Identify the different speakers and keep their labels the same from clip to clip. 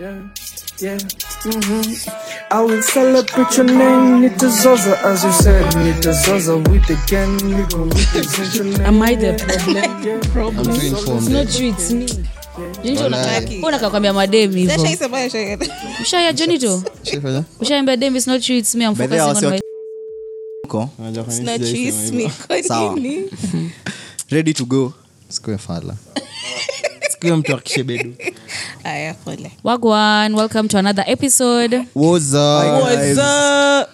Speaker 1: Yeah, yeah, mm-hmm. I will celebrate your name, Nitazoza, as you said, Nitazoza, we again, we gon' represent your name.
Speaker 2: Am I the
Speaker 1: Yeah,
Speaker 2: problem? problem.
Speaker 3: I'm
Speaker 2: It's
Speaker 3: too informed.
Speaker 2: not you, it's me. Jonito
Speaker 3: Wallahi.
Speaker 2: unaka- wewe unakakwambia madem hivyo. Ushaya Jonito?
Speaker 3: Shefa,
Speaker 2: Ushaambia dem it's not you, it's me. I'm
Speaker 4: By the way,
Speaker 2: focusing on
Speaker 4: wasi
Speaker 2: my
Speaker 4: wa huko
Speaker 3: unajua kwa nini sijawahi sema hivyo?
Speaker 4: Sawa.
Speaker 5: mnachuismikonininimekuwa
Speaker 4: ready to go
Speaker 3: Siku ya fala. Siku ya mtu akishebedu.
Speaker 2: Wagwan, welcome to another episode.
Speaker 4: What's up?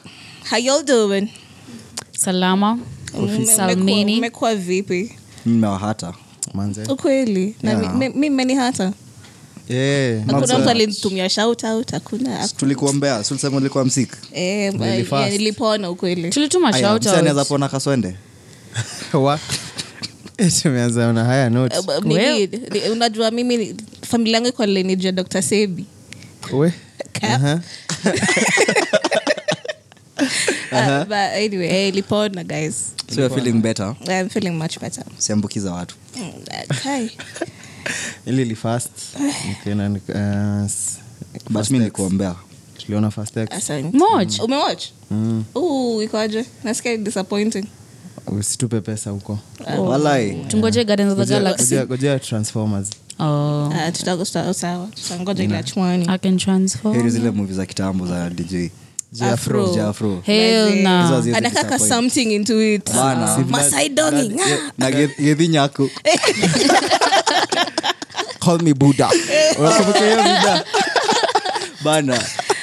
Speaker 2: Salama. Salmini.
Speaker 5: vipi
Speaker 4: mmewahata manze
Speaker 5: ukweli
Speaker 4: Yeah.
Speaker 5: mi mmeni hata
Speaker 3: Eh,
Speaker 4: Yeah, not
Speaker 5: kuna
Speaker 4: so
Speaker 5: mtu
Speaker 4: much.
Speaker 5: alinitumia shoutout hakuna
Speaker 4: tulikuombea sulisema ulikuwa msik
Speaker 5: Eh, ba-
Speaker 3: Nilifast.
Speaker 5: yeah, nilipona ukweli
Speaker 2: Tulituma shout
Speaker 4: anaweza
Speaker 2: out.
Speaker 4: pona kaswende
Speaker 3: Wa- Eti umeanza na haya
Speaker 5: Eh,
Speaker 3: note.
Speaker 5: ba- mimi- ni- unajua mimi ni- familia yangu ikuwa linijua dr sebi
Speaker 3: We. uh-huh.
Speaker 5: Ka-
Speaker 4: Uh-huh,
Speaker 3: Aha.
Speaker 4: uh-huh.
Speaker 5: Ah, but anyway, eh, ilipona guys
Speaker 4: so you're feeling better
Speaker 5: I'm feeling much better.
Speaker 4: siambukiza watu
Speaker 5: Mm, that- Hi.
Speaker 3: Ili li fast. Nikaenda nika- ah, s-
Speaker 4: but
Speaker 3: first
Speaker 4: mi
Speaker 3: X.
Speaker 4: nilikuombea
Speaker 3: Tuliona first X. Mm.
Speaker 5: Asante.
Speaker 2: Moj.
Speaker 5: umewatch Ooh, ikoje nasikia disappointing
Speaker 3: Usitupe pesa huko.
Speaker 4: walai
Speaker 2: Tungoje Gardens of the
Speaker 3: Gojea-
Speaker 2: Galaxy.
Speaker 3: gojea- gojea Transformers.
Speaker 2: Oh.
Speaker 5: Ah, tuta- tuta- sawa tutangoja ile ya chwani
Speaker 2: I can transform.
Speaker 4: heri zile muvi za kitambo za dj
Speaker 5: Afro.
Speaker 4: jafro
Speaker 2: Hell
Speaker 5: Mazee.
Speaker 2: nah.
Speaker 4: Hizo hazi-
Speaker 5: anakaka
Speaker 4: disappoint.
Speaker 5: something into it
Speaker 4: Bana.
Speaker 5: Ah. Maasai dogi nga.
Speaker 4: na Ge- gedhi nyako call me buda unakumbuka hiyo buda bana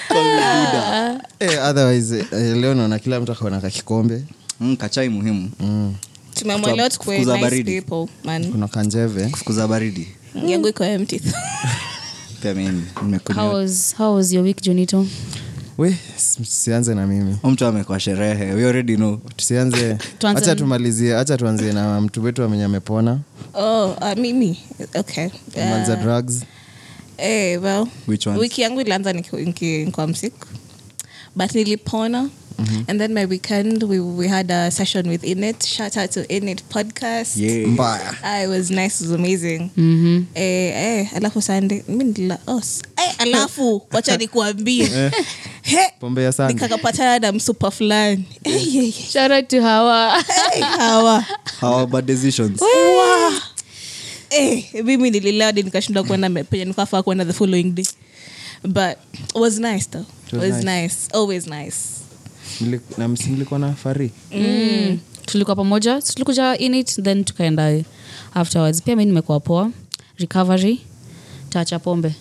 Speaker 4: call me buda
Speaker 3: Eh, otherwise, eh, leo naona kila mtu akaona kakikombe Mm.
Speaker 4: mm, kachai muhimu
Speaker 5: tumeamua leo tukuwe
Speaker 4: Kukuza
Speaker 5: nice
Speaker 4: baridi. Mm.
Speaker 5: people, man.
Speaker 3: kuna kanjeve
Speaker 4: kufukuza baridi
Speaker 5: yangu iko empty
Speaker 4: pia mimi nimekunywa
Speaker 2: How was how was your week, Jonito?
Speaker 3: we si- sianze na mimi
Speaker 4: Huyu mtu amekwa sherehe we already know
Speaker 3: tusianze hacha tumalizie hacha tuanzie na mtu wetu amenye amepona
Speaker 5: oh, ah, mimi okay
Speaker 3: manza
Speaker 5: Ah,
Speaker 3: drugs
Speaker 5: eh, well,
Speaker 4: Which ones?
Speaker 5: wiki yangu ilianza nkwa msik but nilipona
Speaker 4: Mm-hmm.
Speaker 5: and then my weekend we, we had a session with init shout out to init podcast
Speaker 4: yeah.
Speaker 3: mbaya
Speaker 5: Ah, it was nice, it was amazing.
Speaker 2: Mhm.
Speaker 5: Eh, eh, alafu Sunday, mi nila- oh, s- eh, alafu wacha nikuambie He,
Speaker 3: pombe ya sana
Speaker 5: nikakapatana na msupa fulani Eh, yeah, yeah.
Speaker 2: Shout out to Hawa.
Speaker 5: Eh, hawa
Speaker 4: How bad decisions
Speaker 5: Wa. Eh, mimi nililewa di nikashinda kuenda me- penye nikafaa kuenda the following day but it was nice though it
Speaker 3: was
Speaker 5: was
Speaker 3: nice.
Speaker 5: nice always nice
Speaker 3: Mli- na msi mlikuwa na fari
Speaker 2: Mm. tulikuwa pamoja so tulikuja in it then tukaenda afterwards pia mi nimekuwa poa recovery tacha pombe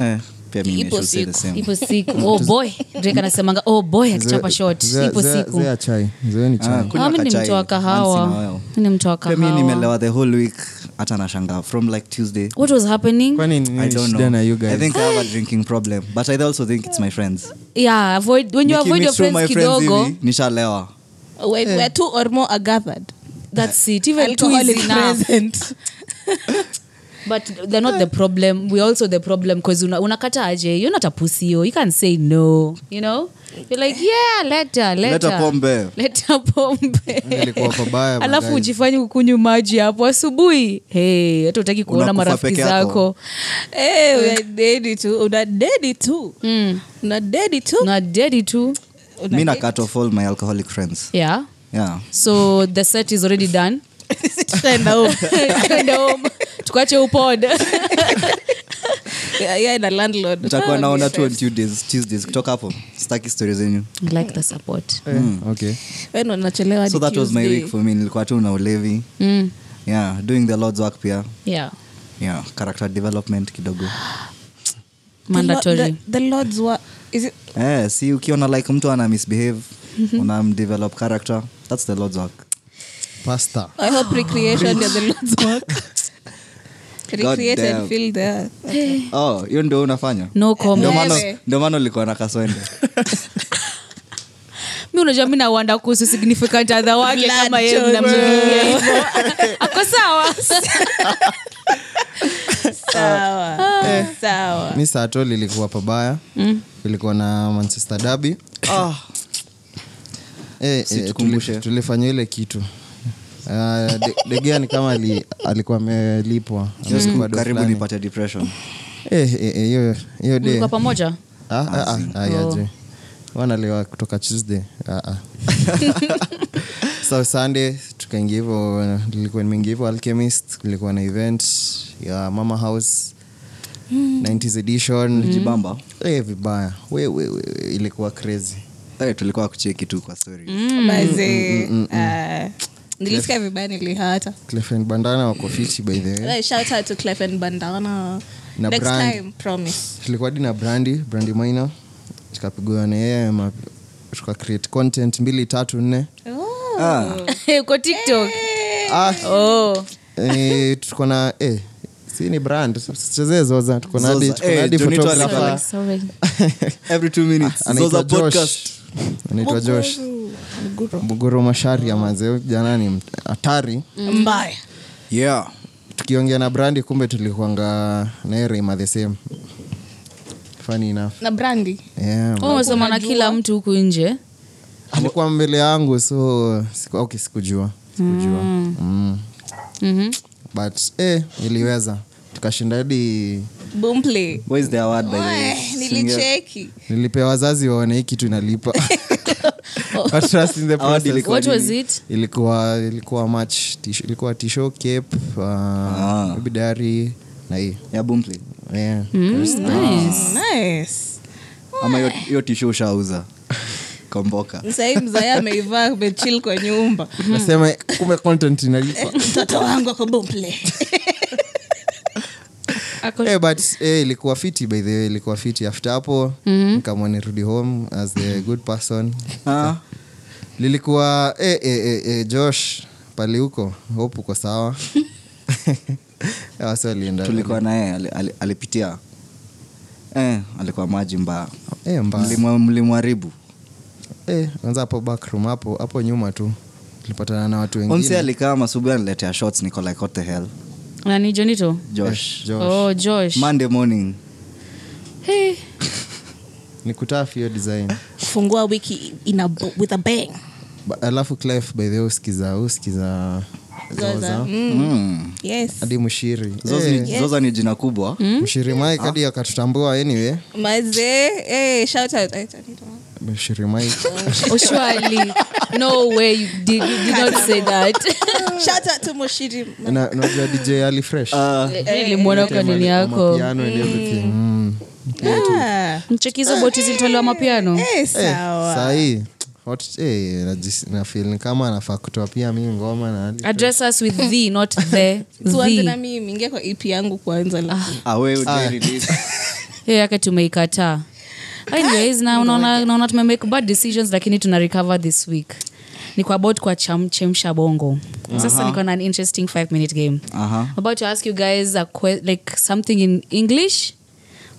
Speaker 4: eh, pia mimi
Speaker 5: Ipo
Speaker 4: should say the
Speaker 5: siku,
Speaker 4: same.
Speaker 2: ipo siku oh boy drake anasemanga oh boy akichapa shot ipo siku
Speaker 3: zea chai zoeni
Speaker 4: Ah,
Speaker 3: chai
Speaker 4: kunywa
Speaker 2: Ah, mi ni
Speaker 4: kachai
Speaker 2: mtu wa
Speaker 4: once in a
Speaker 2: kahawa.
Speaker 4: while.
Speaker 2: Mi ni mtu wa
Speaker 4: Pia mi
Speaker 2: kahawa.
Speaker 4: nimelewa the whole week hata nashangaa from like tuesday
Speaker 2: what was happening
Speaker 3: kwani
Speaker 4: I
Speaker 3: nini
Speaker 4: don't
Speaker 3: shida
Speaker 4: know.
Speaker 3: na you
Speaker 4: I
Speaker 3: guys
Speaker 4: think I have a drinking problem, but I also think it's my friends.
Speaker 2: yeah avoid when you avoid
Speaker 4: Nikimix
Speaker 2: your
Speaker 4: through
Speaker 2: friends kidogo
Speaker 4: hivi, nishalewa.
Speaker 5: when, where two or more are gathered
Speaker 2: that's it even two
Speaker 5: alcohol
Speaker 2: is
Speaker 5: is
Speaker 2: enough
Speaker 5: present
Speaker 2: but they're not the problem we're also the problem because una, unakata aje you're not a pussy yo. you can't say no you know you're like yeah later later
Speaker 4: Leta pombe.
Speaker 2: leta pombe
Speaker 3: Nilikuwa pabaya,
Speaker 2: alafu
Speaker 3: guys.
Speaker 2: ujifanye ukunywi maji hapo asubuhi Hey, hata utaki kuona
Speaker 4: Unakufa
Speaker 2: marafiki
Speaker 4: peke
Speaker 2: zako
Speaker 4: yako.
Speaker 5: Eh, we are daddy too. Una daddy too. Una daddy too.
Speaker 2: Hmm. na dedi tu
Speaker 4: Mi na cut off all my alcoholic friends.
Speaker 2: yeah
Speaker 4: Yeah.
Speaker 2: so the set is already done
Speaker 5: Tutaenda huko.
Speaker 2: Kwenda home. tukache upod
Speaker 5: Yeah, yeah, na landlord. Ah,
Speaker 4: Nitakuwa naona tu on Tuesdays, Tuesdays kutoka hapo. Sitaki story zenyu.
Speaker 2: like the support
Speaker 3: Eh,
Speaker 4: hmm.
Speaker 3: okay
Speaker 5: Wewe unachelewa hadi
Speaker 4: So that was my
Speaker 5: Tuesday.
Speaker 4: week for me. Nilikuwa tu na ulevi.
Speaker 2: mm.
Speaker 4: Yeah, doing the Lord's work pia.
Speaker 2: yeah
Speaker 4: Yeah, character development kidogo.
Speaker 5: The Lord-
Speaker 2: mandatory
Speaker 5: the- the Lord's work. Is it-
Speaker 4: Eh, si ukiona like mtu ana misbehave, unamdevelop character. That's the Lord's work.
Speaker 3: pasta
Speaker 5: I hope recreation is the Lord's work. Recreate and
Speaker 4: damn.
Speaker 5: fill the earth.
Speaker 4: Oh, hiyo ndio unafanya.
Speaker 2: no
Speaker 4: Ndio
Speaker 2: comment
Speaker 4: maana ndio maana ulikuwa na kaswende.
Speaker 2: mi unajua mi nawanda kuhusu significant other wake
Speaker 5: Blood
Speaker 2: kama ye
Speaker 5: children.
Speaker 2: mnamchukia hivyo. ako sawa
Speaker 5: Sawa. Sawa.
Speaker 3: mi sato lilikuwa pabaya
Speaker 2: Hmm.
Speaker 3: ilikuwa na manchester dabi
Speaker 4: Ah,
Speaker 3: eh, eh,
Speaker 4: Situkumbushe.
Speaker 3: tuli- tulifanya ile kitu Ah, de- degea ni kama ali, alikuwa amelipwa
Speaker 4: Hiyo siku
Speaker 3: Amelipa do
Speaker 4: karibu
Speaker 3: fulani.
Speaker 4: nipate depression
Speaker 3: Eh, eh, eh, hiyo- hiyo day.
Speaker 2: mlikuwa pamoja
Speaker 3: Ah, ah, ah, ah,
Speaker 2: Oh.
Speaker 3: yaje. wanalewa kutoka tuesday ah, ah. so sunday tukaingia hivo nilikuwa nimeingia hivo alchemist kulikuwa na event ya mama house 90s edition
Speaker 4: Mjibamba.
Speaker 3: Eh, vibaya we, we, we, we, ilikuwa crazy
Speaker 4: Eh, tulikuwa kucheki tu kwa story
Speaker 5: Mm.
Speaker 4: Mm,
Speaker 5: Mazee, ah, nilisikia vibaya nilihata
Speaker 3: clefen bandana wako fiti by the way
Speaker 5: Like, shout out to Clef and Bandana.
Speaker 3: Na
Speaker 5: Next
Speaker 3: brand.
Speaker 5: time, promise.
Speaker 3: tulikuwa hadi na brandi brandi maina tukapigiwa na yeye ma- tuka create content mbili tatu nne
Speaker 5: Oh.
Speaker 4: Ah,
Speaker 2: uko tiktok
Speaker 3: ah,
Speaker 2: oh.
Speaker 3: eh, tuko na eh, si ni brand sichezee zoza tuko na hadi-
Speaker 4: Zoza.
Speaker 3: tuko na
Speaker 4: Eh,
Speaker 3: hadi
Speaker 4: Johnny Twala
Speaker 3: photographer.
Speaker 4: hapa. every two minutes.
Speaker 3: Ah,
Speaker 4: Zoza
Speaker 3: Anaitwa Josh.
Speaker 4: podcast.
Speaker 3: anaitwa josh mguru mashari ya mazeo jana ni mt- hatari
Speaker 5: mbaya
Speaker 4: Yeah.
Speaker 3: tukiongea na brandi kumbe tulikuanga naerema the same funny enough
Speaker 5: na brandi
Speaker 3: yeah,
Speaker 2: Oh, umesoma na kila mtu huku nje
Speaker 3: alikuwa mbele yangu so siku, okay, sikujua sikujua mm. Mm.
Speaker 2: Mhm.
Speaker 3: but eh, iliweza tukashinda hadi
Speaker 5: bumplay
Speaker 4: What is the award, by the way? Singer.
Speaker 5: nilicheki
Speaker 3: nilipea wazazi waone hii kitu inalipa But trust in the
Speaker 4: Award
Speaker 3: process.
Speaker 4: ilikuwa
Speaker 2: what was it
Speaker 3: ilikuwa ilikuwa match tish, ilikuwa tisho cape uh, maybe diary na hii
Speaker 4: ya Boomplay.
Speaker 3: yeah.
Speaker 2: Hmm.
Speaker 3: Mm-hmm.
Speaker 5: Mm-hmm. nice
Speaker 4: ama hiyo- hiyo tisho ushauza komboka
Speaker 5: sahii mzae ameivaa amechil kwa nyumba
Speaker 3: nasema kumbe content inalipa
Speaker 5: mtoto wangu ako bumplay
Speaker 3: Eh, but eh, ilikuwa fiti by the way ilikuwa fiti after hapo mm-hmm. nikamwa nirudi home as the good person
Speaker 4: Ah.
Speaker 3: lilikuwa eh, eh, eh, eh, josh pale huko hope uko sawa wasi alienda
Speaker 4: tulikuwa naye ali- ali- alipitia eh, alikuwa maji mbaya
Speaker 3: eh, mbaya.
Speaker 4: Mlimu- mlimharibu
Speaker 3: eh, kwanza hapo backroom hapo hapo nyuma tu tulipatana na watu wengine
Speaker 4: omsi alikaa masubuhi aniletea shots niko like what the hell
Speaker 2: nani jonito
Speaker 4: josh
Speaker 3: Josh.
Speaker 2: oh josh
Speaker 4: monday morning
Speaker 2: hey.
Speaker 3: ni kutafu hiyo design
Speaker 5: fungua wiki in a, b- with a bang
Speaker 3: Ba- alafu clif by the way usikiza usikiza
Speaker 5: Zoza.
Speaker 3: zoza
Speaker 4: mm.
Speaker 5: yes
Speaker 3: hadi mshiri
Speaker 4: zoza,
Speaker 3: eh,
Speaker 4: ni, Ah. zoza ni jina kubwa
Speaker 3: mshiri mike hadi akatutambua anyway
Speaker 5: mazee eh, shout out I don't need one.
Speaker 3: mshiri mike
Speaker 2: oh, surely no way you did, you did not say that
Speaker 5: shout out to moshiri
Speaker 3: Na- unajua dj ali fresh
Speaker 4: Ah.
Speaker 2: nilimwona kwa nini yako
Speaker 3: Mapiano and everything. Mm.
Speaker 5: Ah,
Speaker 2: mchekizo boti zilitolewa mapiano
Speaker 5: eh,
Speaker 3: Eh,
Speaker 5: sawa
Speaker 3: sahii what- eh, najis- nafeel ni kama anafaa kutoa pia mi ngoma na Ali.
Speaker 2: address us with the not the
Speaker 5: tuanze na
Speaker 2: the
Speaker 5: mimi ingia kwa ep yangu kwanza ah.
Speaker 4: Ah, wewe hujai release.
Speaker 2: hiyo yake tumeikataa anyways na unaona naona tume make bad decisions lakini tuna recover this week ni kwa about kwa cham, chemsha bongo sasa niko na an interesting 5 minute game
Speaker 4: Aha.
Speaker 2: about to ask you guys a que- like something in english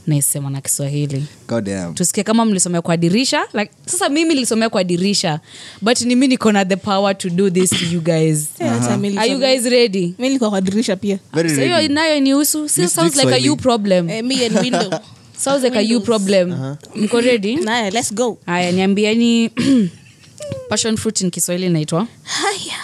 Speaker 2: naisema na kiswahili
Speaker 4: God damn.
Speaker 2: tusikie kama mlisomea kwa dirisha like, sasa mimi nilisomea kwa dirisha but ni mi niko na the power to do this to you guys
Speaker 5: Eh, hata mimi
Speaker 2: are you guys ready
Speaker 5: mi nilikuwa kwa dirisha pia
Speaker 4: Very
Speaker 2: So hiyo
Speaker 4: ready.
Speaker 2: nayo nihusu Still
Speaker 4: Miss
Speaker 2: sounds like a
Speaker 4: Swahili.
Speaker 2: you problem
Speaker 5: eh, me and window
Speaker 2: sounds like a you problem mko ready
Speaker 5: naye let's go
Speaker 2: haya niambiani passion fruit in kiswahili inaitwa
Speaker 5: haya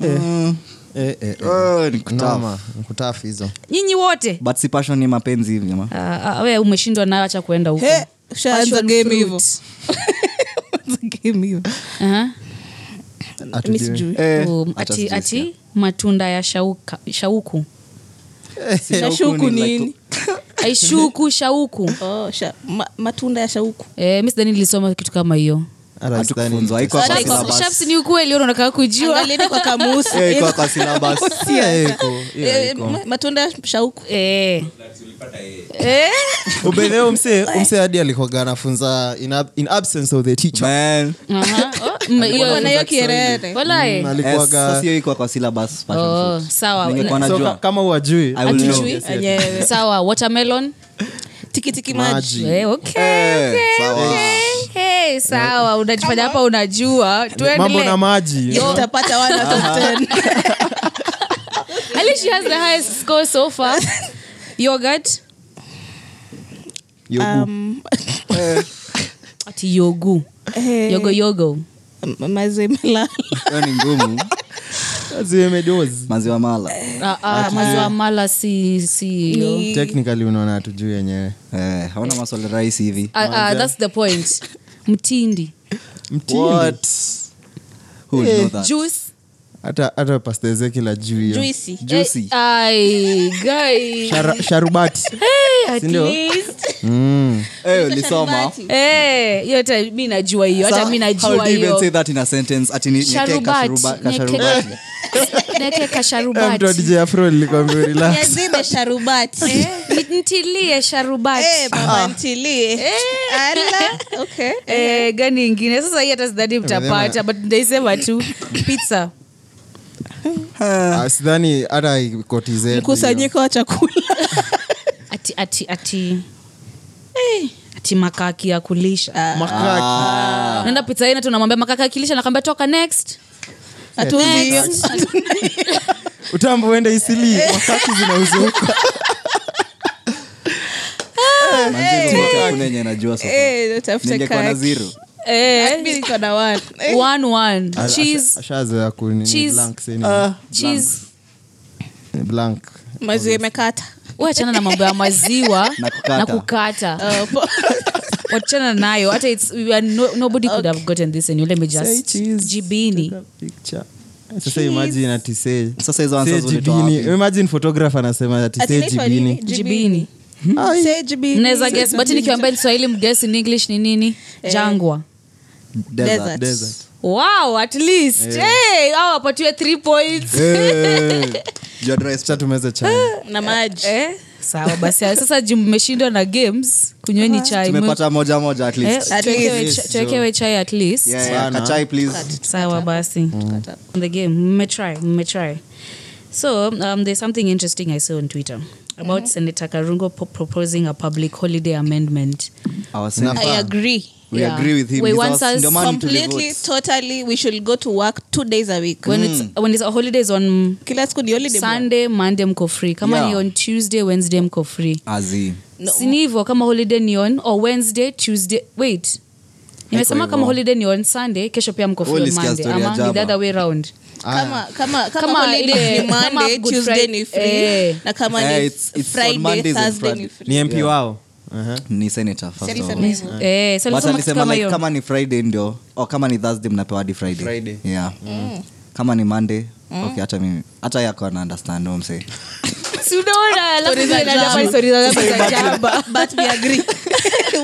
Speaker 4: Mm.
Speaker 3: Eh, eh, eh.
Speaker 4: Oh, ni kutamu.
Speaker 3: Noma, ni kutafu hizo
Speaker 2: nyinyi wote
Speaker 4: but si passion ni mapenzi hivi ma
Speaker 2: Ah, ah, we umeshindwa nayo acha kuenda huko
Speaker 5: He, ushaanza
Speaker 2: Passion
Speaker 5: game
Speaker 2: fruit.
Speaker 5: hivo Anza game hivo
Speaker 2: Aha.
Speaker 3: Hatujui.
Speaker 5: sijui.
Speaker 4: Eh,
Speaker 2: Um,
Speaker 4: hata
Speaker 2: ati,
Speaker 4: sijui sikia.
Speaker 2: ati matunda ya shauka, shauku
Speaker 5: Na
Speaker 4: Shauku
Speaker 5: shauku
Speaker 4: ni like-
Speaker 5: nini
Speaker 2: aishuku shauku
Speaker 5: Oh, sha, ma, matunda ya shauku
Speaker 2: eh, mi sidhani nilisoma kitu kama hiyo
Speaker 3: Hata sidhani
Speaker 4: Hatukufunzwa, haikuwa
Speaker 5: Hata
Speaker 4: kwa
Speaker 5: iko-
Speaker 4: syllabus.
Speaker 2: Shaps ni ukweli unakaa kujua
Speaker 5: Angalieni kwa kamusi
Speaker 4: Eh, haikuwa kwa syllabus.
Speaker 3: Eh, iko, hiyo
Speaker 5: Eh,
Speaker 3: iko.
Speaker 5: ma- matunda ya shauku
Speaker 2: Eh. Eh.
Speaker 3: Ubeleo mse mse hadi alikuwaga anafunza in, ab- in absence of the teacher
Speaker 4: Man.
Speaker 2: Aha. Oh, m- hiyo-
Speaker 5: Kwa na hiyo kierere
Speaker 2: Walahi.
Speaker 3: Mm,
Speaker 4: Eh, sasa
Speaker 3: alikuwaga
Speaker 4: hiyo iko kwa syllabus, passion
Speaker 2: Oh,
Speaker 4: fruit.
Speaker 2: sawa.
Speaker 4: Ningekuwa
Speaker 3: so, ka-
Speaker 4: najua.
Speaker 3: kama uwajui
Speaker 4: I will know.
Speaker 2: Hatujui.
Speaker 5: Enyewe.
Speaker 2: sawa watermelon
Speaker 5: tikitiki maji
Speaker 3: maji
Speaker 2: Eh, okay,
Speaker 4: Eh,
Speaker 2: okay,
Speaker 4: sawa.
Speaker 2: okay. Hey, sawa unajifanya hapa unajua
Speaker 3: mambo
Speaker 2: tuendele
Speaker 3: na maji
Speaker 2: Yo.
Speaker 5: utapata wana top 10
Speaker 2: At least she has the highest score so far yogurt
Speaker 5: Um,
Speaker 2: ati yogu
Speaker 5: eh,
Speaker 2: yogo yogo
Speaker 5: m- mazee melala
Speaker 4: Hiyo ni ngumu
Speaker 3: zimedozi
Speaker 4: maziwa mala
Speaker 2: Ah, ah, maziwa mala si si
Speaker 5: Ni-
Speaker 3: technically unaona hatujui yenyewe
Speaker 4: Eh, hauna maswali rahisi hivi
Speaker 2: Ah, ah, that's the point mtindi
Speaker 4: What? Who would know that?
Speaker 2: juice
Speaker 3: hata hata pastezekila juu hiyo
Speaker 5: juicy
Speaker 4: Juicy.
Speaker 2: Eh, ai, guy.
Speaker 3: Shara- sharubati Eh,
Speaker 2: Hey, at
Speaker 3: Sindio?
Speaker 2: least.
Speaker 4: Eh, ulisoma
Speaker 5: Sharubati.
Speaker 2: Eh, hiyo hata mi najua hiyo hata
Speaker 4: Sa-
Speaker 2: mi
Speaker 4: how
Speaker 2: najua
Speaker 4: do you even say
Speaker 2: hiyo
Speaker 4: that in a sentence? Ati ni- niekee
Speaker 2: Sharubati.
Speaker 4: kashuruba-
Speaker 2: Niekee-
Speaker 4: kasharubati.
Speaker 2: neke
Speaker 3: Eh, mtu wa
Speaker 2: kasharubati
Speaker 3: dj afro nilikwambia relax
Speaker 5: yazime sharubati
Speaker 2: Eh, nitilie sharubati
Speaker 5: Eh, mama ntilie Eh, ala okay
Speaker 2: Eh, gani ingine sasa hii hata sidhani mtapata but ndaisema tu pizza
Speaker 3: Ah, sidhani hata ikoti zetu hiyo.
Speaker 5: mkusanyiko wa chakula
Speaker 2: ati ati ati Eh, ati makaki ya kulisha
Speaker 3: makaki
Speaker 4: Ah.
Speaker 2: naenda pizza ina tunamwambia makaki ya kulisha nakwambia toka next
Speaker 5: hatuzi
Speaker 3: utambo uende isili makaki zinauzuka
Speaker 4: Manzi, unaona hakuna yenye najua sasa.
Speaker 5: Eh, utafute
Speaker 4: Ningekuwa na
Speaker 5: kaki.
Speaker 4: zero.
Speaker 2: Eh,
Speaker 5: mi niko na one Eh,
Speaker 2: one one cheese
Speaker 3: ashazoea kunini
Speaker 2: Cheese. Ah.
Speaker 3: blank sini
Speaker 2: cheese
Speaker 3: blank
Speaker 5: maziwa imekata
Speaker 2: wachana na mambo ya maziwa
Speaker 4: Na kukata.
Speaker 2: na kukata
Speaker 5: Oh, po-
Speaker 2: wachana nayo hata it's, we are no, nobody could have gotten this and you let me
Speaker 3: Say
Speaker 2: just
Speaker 3: cheese.
Speaker 2: jibini
Speaker 3: Take a picture. sasa imagine atisee
Speaker 4: Sasa hizo answers ulitoa
Speaker 3: jibini um,
Speaker 4: wapi?
Speaker 3: imagine photographer anasema atisee
Speaker 5: Atinaitwa
Speaker 3: jibini
Speaker 5: nini?
Speaker 2: jibini
Speaker 3: Ai.
Speaker 5: Say jibini.
Speaker 2: mnaweza guess but nikiwambia ni swahili mguess in english ni nini jangwa
Speaker 4: Desert.
Speaker 5: Desert.
Speaker 3: Desert.
Speaker 2: wow at least hey, au wapatiwe three points
Speaker 3: Eh,
Speaker 4: Your dress.
Speaker 3: acha tumeze
Speaker 2: Ah.
Speaker 3: chai
Speaker 5: na maji
Speaker 2: eh? sawa basi haya, sasa juu mmeshindwa na games kunyweni chai
Speaker 4: tumepata moja moja at
Speaker 2: Eh,
Speaker 4: least.
Speaker 5: At
Speaker 2: tuwekewe
Speaker 5: least.
Speaker 2: cha- tuwekewe chai at least
Speaker 4: Yeah, yeah,
Speaker 3: Sana.
Speaker 4: kachai, please.
Speaker 2: sawa basi the game mmetry mmetry so um, there's something interesting i saw on twitter about senator karungo po- proposing a public holiday amendment
Speaker 4: Our Senate.
Speaker 5: i agree
Speaker 4: We
Speaker 2: Yeah.
Speaker 4: agree with him.
Speaker 2: We
Speaker 4: He's
Speaker 2: want
Speaker 4: our-
Speaker 2: us
Speaker 4: ndio maana
Speaker 5: completely
Speaker 4: tulivote.
Speaker 5: totally we should go to work two days a week
Speaker 2: when,
Speaker 4: Mm.
Speaker 2: it's, when it's holidays on
Speaker 5: kila siku ni holiday bwana.
Speaker 2: sunday monday mko free kama
Speaker 4: Yeah.
Speaker 2: ni on tuesday wednesday mko free
Speaker 4: Azi.
Speaker 5: No.
Speaker 2: sini hivyo kama holiday ni on or wednesday tuesday wait nimesema
Speaker 4: hivyo.
Speaker 2: kama holiday ni on sunday kesho pia mko free on
Speaker 4: Ulisikia
Speaker 2: monday
Speaker 4: story ya
Speaker 2: ama ni
Speaker 4: Java.
Speaker 2: the other way round
Speaker 5: kama
Speaker 4: Ah.
Speaker 5: kama kama
Speaker 2: Kama ile-
Speaker 5: holiday ni
Speaker 2: kama
Speaker 5: monday
Speaker 2: Good
Speaker 5: tuesday
Speaker 2: Friday.
Speaker 5: ni free
Speaker 2: Eh.
Speaker 5: na kama
Speaker 4: Eh,
Speaker 5: ni
Speaker 4: it's- it's on
Speaker 5: friday
Speaker 4: Mondays and
Speaker 5: thursday
Speaker 4: Friday.
Speaker 5: ni free
Speaker 3: ni mp wao Uh-huh.
Speaker 4: Ni senator, first of all.
Speaker 5: Alisema hivyo.
Speaker 2: eh, so
Speaker 4: But
Speaker 2: alisema kitu
Speaker 4: alisema
Speaker 2: kama
Speaker 4: like
Speaker 2: hiyo
Speaker 4: kama ni friday ndio o kama ni thursday mnapewa hadi friday,
Speaker 3: Friday.
Speaker 4: Yeah.
Speaker 2: Mm.
Speaker 4: kama ni monday okay hata mimi hata yako ana understand mse
Speaker 2: Si unaona, alafu
Speaker 5: Stories za
Speaker 2: tunaenda hapa
Speaker 5: Java.
Speaker 2: stories za Java za Java.
Speaker 5: but we agree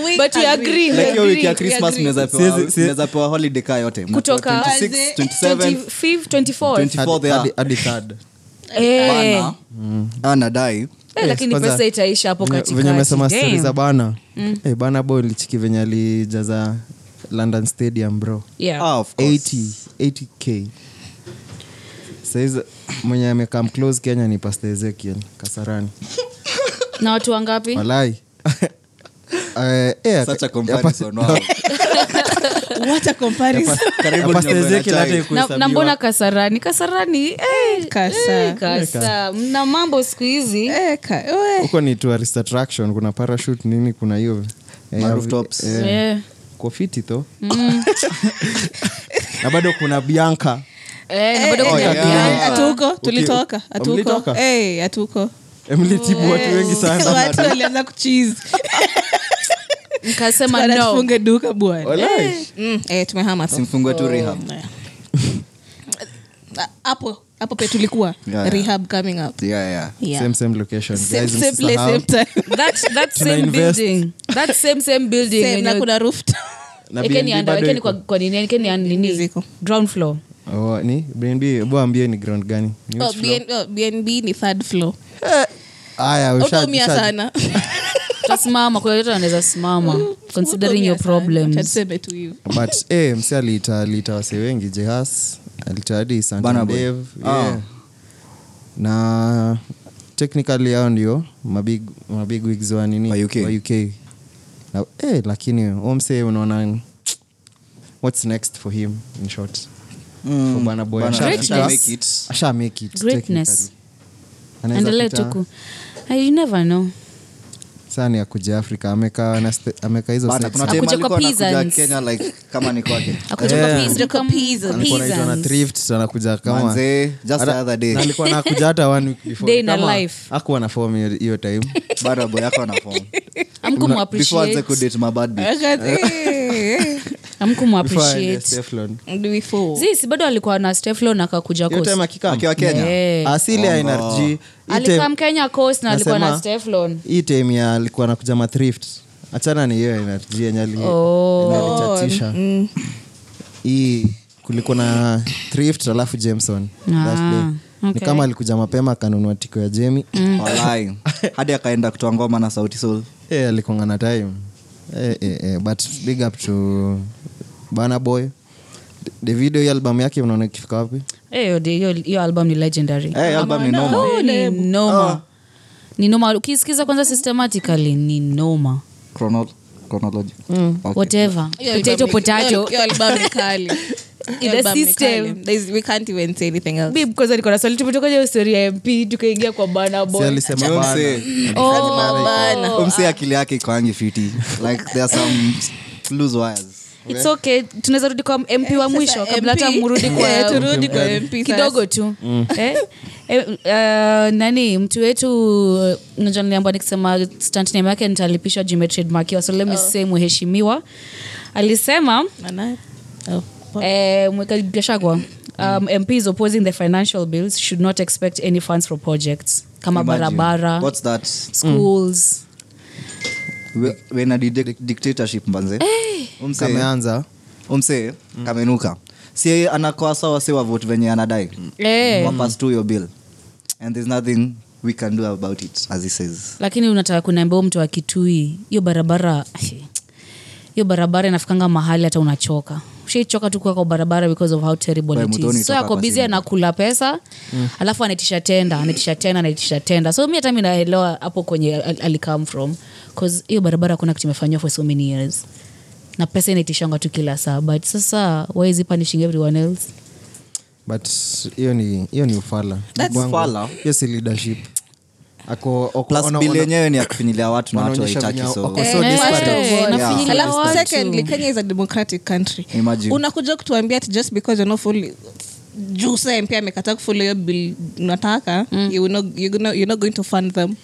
Speaker 5: we
Speaker 2: But we agree, we
Speaker 4: like hiyo wiki
Speaker 2: agree,
Speaker 4: ya
Speaker 2: we
Speaker 4: christmas
Speaker 2: agree.
Speaker 4: mnaweza pewa-
Speaker 3: Siezi- sie-
Speaker 4: mnaweza pewa holiday kaa yote Mnapewa
Speaker 2: Kutoka-
Speaker 4: 26, 27,
Speaker 2: 25, 24.
Speaker 4: 20. Before
Speaker 3: Hadi-
Speaker 4: they are.
Speaker 3: hadi- hadi third
Speaker 2: Eh.
Speaker 4: bana
Speaker 3: Mm.
Speaker 4: anadai
Speaker 2: Eh, lakini
Speaker 3: Yes,
Speaker 2: pesa
Speaker 3: kwanza,
Speaker 2: itaisha hapo
Speaker 3: venye-
Speaker 2: katikati.
Speaker 3: venye amesema stori za
Speaker 2: Damn. Mm.
Speaker 3: bana Eh, bana bo lichiki venye alijaza london stadium bro
Speaker 2: Yeah.
Speaker 4: Ah, of course.
Speaker 3: 80 80k saizi mwenye amekam close kenya ni pasta ezekiel kasarani
Speaker 2: na watu wangapi
Speaker 3: walai Eh, eh, ya-
Speaker 4: Such a
Speaker 3: ya
Speaker 4: comparison, wow.
Speaker 5: what a comparison
Speaker 3: pa-
Speaker 4: Karibu
Speaker 3: ya pasta
Speaker 4: nyongo na
Speaker 3: Ezekiel hata
Speaker 4: chai.
Speaker 2: Na-
Speaker 3: ikuhesabiwa.
Speaker 2: na mbona kasarani kasarani eh,
Speaker 5: Kasa.
Speaker 2: eh, kasa mna mambo siku hizi
Speaker 5: eh ka we
Speaker 3: huko ni tourist attraction kuna parashut nini kuna hiyo eh,
Speaker 4: Ma
Speaker 3: ya-
Speaker 4: rooftops.
Speaker 3: eh,
Speaker 2: Eh.
Speaker 3: kwa fiti tho
Speaker 5: Mm.
Speaker 3: na bado kuna bianka
Speaker 2: Eh, na
Speaker 4: Oh,
Speaker 2: bado kuna Bianca.
Speaker 5: hatuko tulitoka hatuko
Speaker 3: Mlitoka?
Speaker 5: eh hatuko Oh,
Speaker 3: mlitibu watu wengi sana
Speaker 5: watu walianza kuchizi
Speaker 2: Nikasema no
Speaker 5: tufunge duka bwana
Speaker 3: Walai.
Speaker 5: Mm, eh tumehama sasa
Speaker 4: simfungwe tu rehab
Speaker 5: Ah, hapo hapo pe tulikuwa
Speaker 4: Yeah, yeah.
Speaker 5: rehab coming up
Speaker 4: yeah yeah
Speaker 5: Yeah.
Speaker 3: same same location
Speaker 5: Same-
Speaker 3: guys
Speaker 5: same place,
Speaker 3: msisahau.
Speaker 5: same time.
Speaker 2: that, that
Speaker 3: Tuna
Speaker 2: same
Speaker 3: invest.
Speaker 2: building that same same building
Speaker 5: Same, na
Speaker 2: yenye-
Speaker 5: kuna rooftop.
Speaker 3: Na
Speaker 2: Ekeni
Speaker 3: B&B
Speaker 2: under-
Speaker 3: bado
Speaker 2: ekeni
Speaker 3: iko.
Speaker 2: kwa- kwa nini ekeni ya nini?
Speaker 5: Ziko.
Speaker 2: ground floor
Speaker 3: Oh, ni BNB, hebu ambie ni ground gani Ni
Speaker 5: Oh,
Speaker 3: which floor?
Speaker 5: BN oh, BNB ni third floor
Speaker 3: Aya, usha-
Speaker 5: utaumia
Speaker 3: usha-
Speaker 5: sana
Speaker 2: tasimama kuna yote anaweza simama considering your
Speaker 5: Utaumia Mm, sana. Acha
Speaker 2: problems
Speaker 5: tuseme tu hivyo
Speaker 3: but eh, msi aliita aliita wase wengi jehas aliita hadi
Speaker 4: Burna Boy.
Speaker 3: sandev
Speaker 4: Ah.
Speaker 3: na technically hao ndio mabig mabig wigs wa nini
Speaker 4: Wa UK.
Speaker 3: wa UK. Na, eh, lakini omse unaona what's next for him in short
Speaker 4: Mm.
Speaker 3: For Burna Boy.
Speaker 4: Burna Boy,
Speaker 3: Asha-
Speaker 4: asha make it.
Speaker 3: asha make it
Speaker 2: Greatness.
Speaker 3: technically. Anaweza
Speaker 2: endelee
Speaker 3: pita-
Speaker 2: tuku you never know
Speaker 3: saa ni akuja afrika amekaa na ste- amekaa hizo
Speaker 4: Bana,
Speaker 3: sets.
Speaker 4: kuna time
Speaker 2: Akuja kwa
Speaker 4: alikuwa anakuja
Speaker 2: peasants.
Speaker 4: kenya like kama ni kwake
Speaker 2: Akuja
Speaker 3: Yeah.
Speaker 2: kwa peas-
Speaker 5: Akuja kwa
Speaker 2: come-
Speaker 5: peas-
Speaker 3: Alikuwa anaitwa na
Speaker 2: peasants.
Speaker 3: thrift, anakuja kama-
Speaker 4: Manze, just the
Speaker 3: Hata-
Speaker 4: other day.
Speaker 3: na alikuwa anakuja hata one week before.
Speaker 2: Day in a
Speaker 3: Kama
Speaker 2: life.
Speaker 3: hakuwa na form hiyo- hiyo time
Speaker 4: bado boy yako anafom before anze
Speaker 2: amkumappreciate
Speaker 4: kudate mabad
Speaker 3: Before aende
Speaker 2: amkumappreciate
Speaker 3: Steflon.
Speaker 2: zisi bado alikuwa na steflon akakuja
Speaker 3: Hiyo time
Speaker 2: Coast.
Speaker 3: akikam?
Speaker 4: Akiwa Kenya?
Speaker 2: Yeah.
Speaker 3: Asili ya NRG, hii time-
Speaker 2: alikam kenya coast na alikuwa na
Speaker 3: nasema-
Speaker 2: steflon
Speaker 3: hii time ya alikuwa nakuja mathrift achana ni hiyo NRG yenye ali-
Speaker 2: Oh. Mm.
Speaker 3: yenye alichatisha hii kulikuwa na thrift alafu jameson that
Speaker 2: Ah,
Speaker 3: day. ni
Speaker 2: okay. Mm.
Speaker 3: kama alikuja mapema akanunua tiko ya jemi
Speaker 5: Mm.
Speaker 4: walai hadi akaenda kutoa ngoma na sauti sol
Speaker 3: Eh, alikongana time Eh, eh, eh, but big up to bana boy davido hii albamu yake unaona ikifika wapi
Speaker 2: Eh, odi- hiyo hiyo album ni legendary
Speaker 4: hey, Eh, album ni noma
Speaker 2: Oh, ni
Speaker 5: Ah.
Speaker 2: noma ni noma ukisikiza kwanza systematically ni noma
Speaker 4: Chrono- chronology.
Speaker 5: Mm.
Speaker 4: Okay.
Speaker 2: whatever potato potato In the system.
Speaker 5: system
Speaker 2: Babe, kwanza niko na swali tumetokaje hiyo story ya mp tukaingia kwa bana
Speaker 3: si
Speaker 2: boy
Speaker 3: alisema bana
Speaker 4: Mse-
Speaker 5: Oh, Bana.
Speaker 3: Oh.
Speaker 4: mse akili yake ikwangi fiti like there are some loose wires
Speaker 2: its okay tunaweza rudi kwa mp wa
Speaker 5: Eh,
Speaker 2: mwisho kabla hata mrudi
Speaker 5: Yeah,
Speaker 2: kwa
Speaker 5: turudi kwa MP sasa.
Speaker 2: kidogo tu eh? Eh, uh, nani mtu wetu naja niliambwa nikisema stunt name yake nitalipishwa Jimmy trademark yao. so
Speaker 5: Oh.
Speaker 2: let me say mheshimiwa alisema
Speaker 5: Nana- oh, fuck.
Speaker 2: Eh, mweka gashagwa
Speaker 4: Mm.
Speaker 2: um, mps opposing the financial bills should not expect any funds for projects kama
Speaker 4: Imagine.
Speaker 2: barabara
Speaker 4: What's that?
Speaker 2: schools
Speaker 4: We- wena di- dic- dictatorship mbanze
Speaker 5: Eh.
Speaker 4: Umse-
Speaker 3: kameanza
Speaker 4: umse
Speaker 3: Mm.
Speaker 4: kamenuka si anakoa sawa si wavote venye anadai
Speaker 3: Mm.
Speaker 2: eh,
Speaker 4: wapas to your bill and there's nothing we can do about it as he says
Speaker 2: lakini unataka kunaambia huyu mtu wa kitui hiyo barabara hiyo barabara inafikanga mahali hata unachoka ushaichoka tu kuwa kwa barabara because of how terrible
Speaker 4: Wewe
Speaker 2: it
Speaker 4: mtoni
Speaker 2: is so
Speaker 4: toka
Speaker 2: ako
Speaker 4: kwa
Speaker 2: bizi
Speaker 4: simu.
Speaker 2: anakula pesa
Speaker 4: Mm.
Speaker 2: alafu anaitisha tenda anaitisha tenda anaitisha tenda so mi hata mi naelewa hapo kwenye al- alicome from bcause hiyo barabara kuna kitu imefanyiwa for so many years na pesa inaitishanga tu kila saa but sasa why is he punishing everyone else
Speaker 3: but hiyo ni hiyo ni ufala
Speaker 4: That's
Speaker 3: Kwangu,
Speaker 4: ufala.
Speaker 3: hiyo si leadership ako ako-
Speaker 4: plus
Speaker 3: ona-
Speaker 4: bill
Speaker 3: ona-
Speaker 4: yenyewe ni ya kufinyilia watu na watu
Speaker 3: wanaonyesha
Speaker 4: waitaki
Speaker 3: venye
Speaker 4: so
Speaker 3: wako so
Speaker 5: Eh,
Speaker 3: desperate.
Speaker 5: first of
Speaker 2: Eh,
Speaker 5: all,
Speaker 2: nafinyiliwa
Speaker 5: yeah. Alafu
Speaker 2: watu.
Speaker 5: secondly, Kenya is a democratic country
Speaker 4: Imagine.
Speaker 5: unakuja kutuambia ati just because you're not fully juu sasa mpia amekataa kufollow hiyo bill nataka
Speaker 2: Mm.
Speaker 5: you will not, you're gonna- you're not going to fund them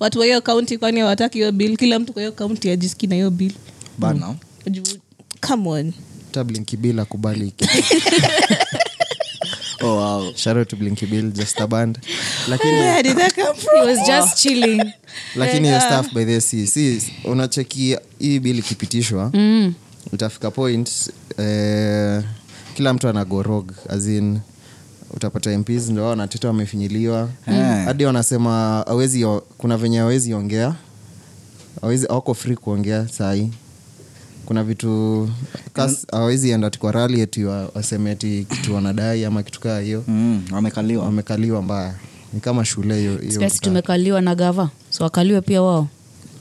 Speaker 5: watu wa hiyo kaunti kwani hawataki hiyo bill kila mtu kwa hiyo kaunti ajiski na hiyo bill
Speaker 4: bana
Speaker 5: Juu- come on
Speaker 3: hata blinkibila kubali
Speaker 4: oh wow
Speaker 3: sharot blinkibil just a band lakini
Speaker 5: Where did that come
Speaker 2: he
Speaker 5: from?
Speaker 2: was
Speaker 4: Oh.
Speaker 2: just chilling
Speaker 3: lakini
Speaker 4: Eh,
Speaker 3: hiyo staff by the sea si unacheki hii bili ikipitishwa
Speaker 2: Mm.
Speaker 3: utafika point eh, kila mtu anagorog azin utapata mps ndo wao wanateta wamefinyiliwa hadi wanasema awezi kuna venye awezi ongea awezi awako free kuongea sahii kuna vitu kas- hawezi enda tu kwa rali eti wa- waseme eti kitu wanadai ama kitu kaa hiyo
Speaker 4: mm, wamekaliwa
Speaker 3: wamekaliwa mbaya ni kama shule hiyo hiyo
Speaker 2: sisi tumekaliwa na gava so wakaliwe pia wao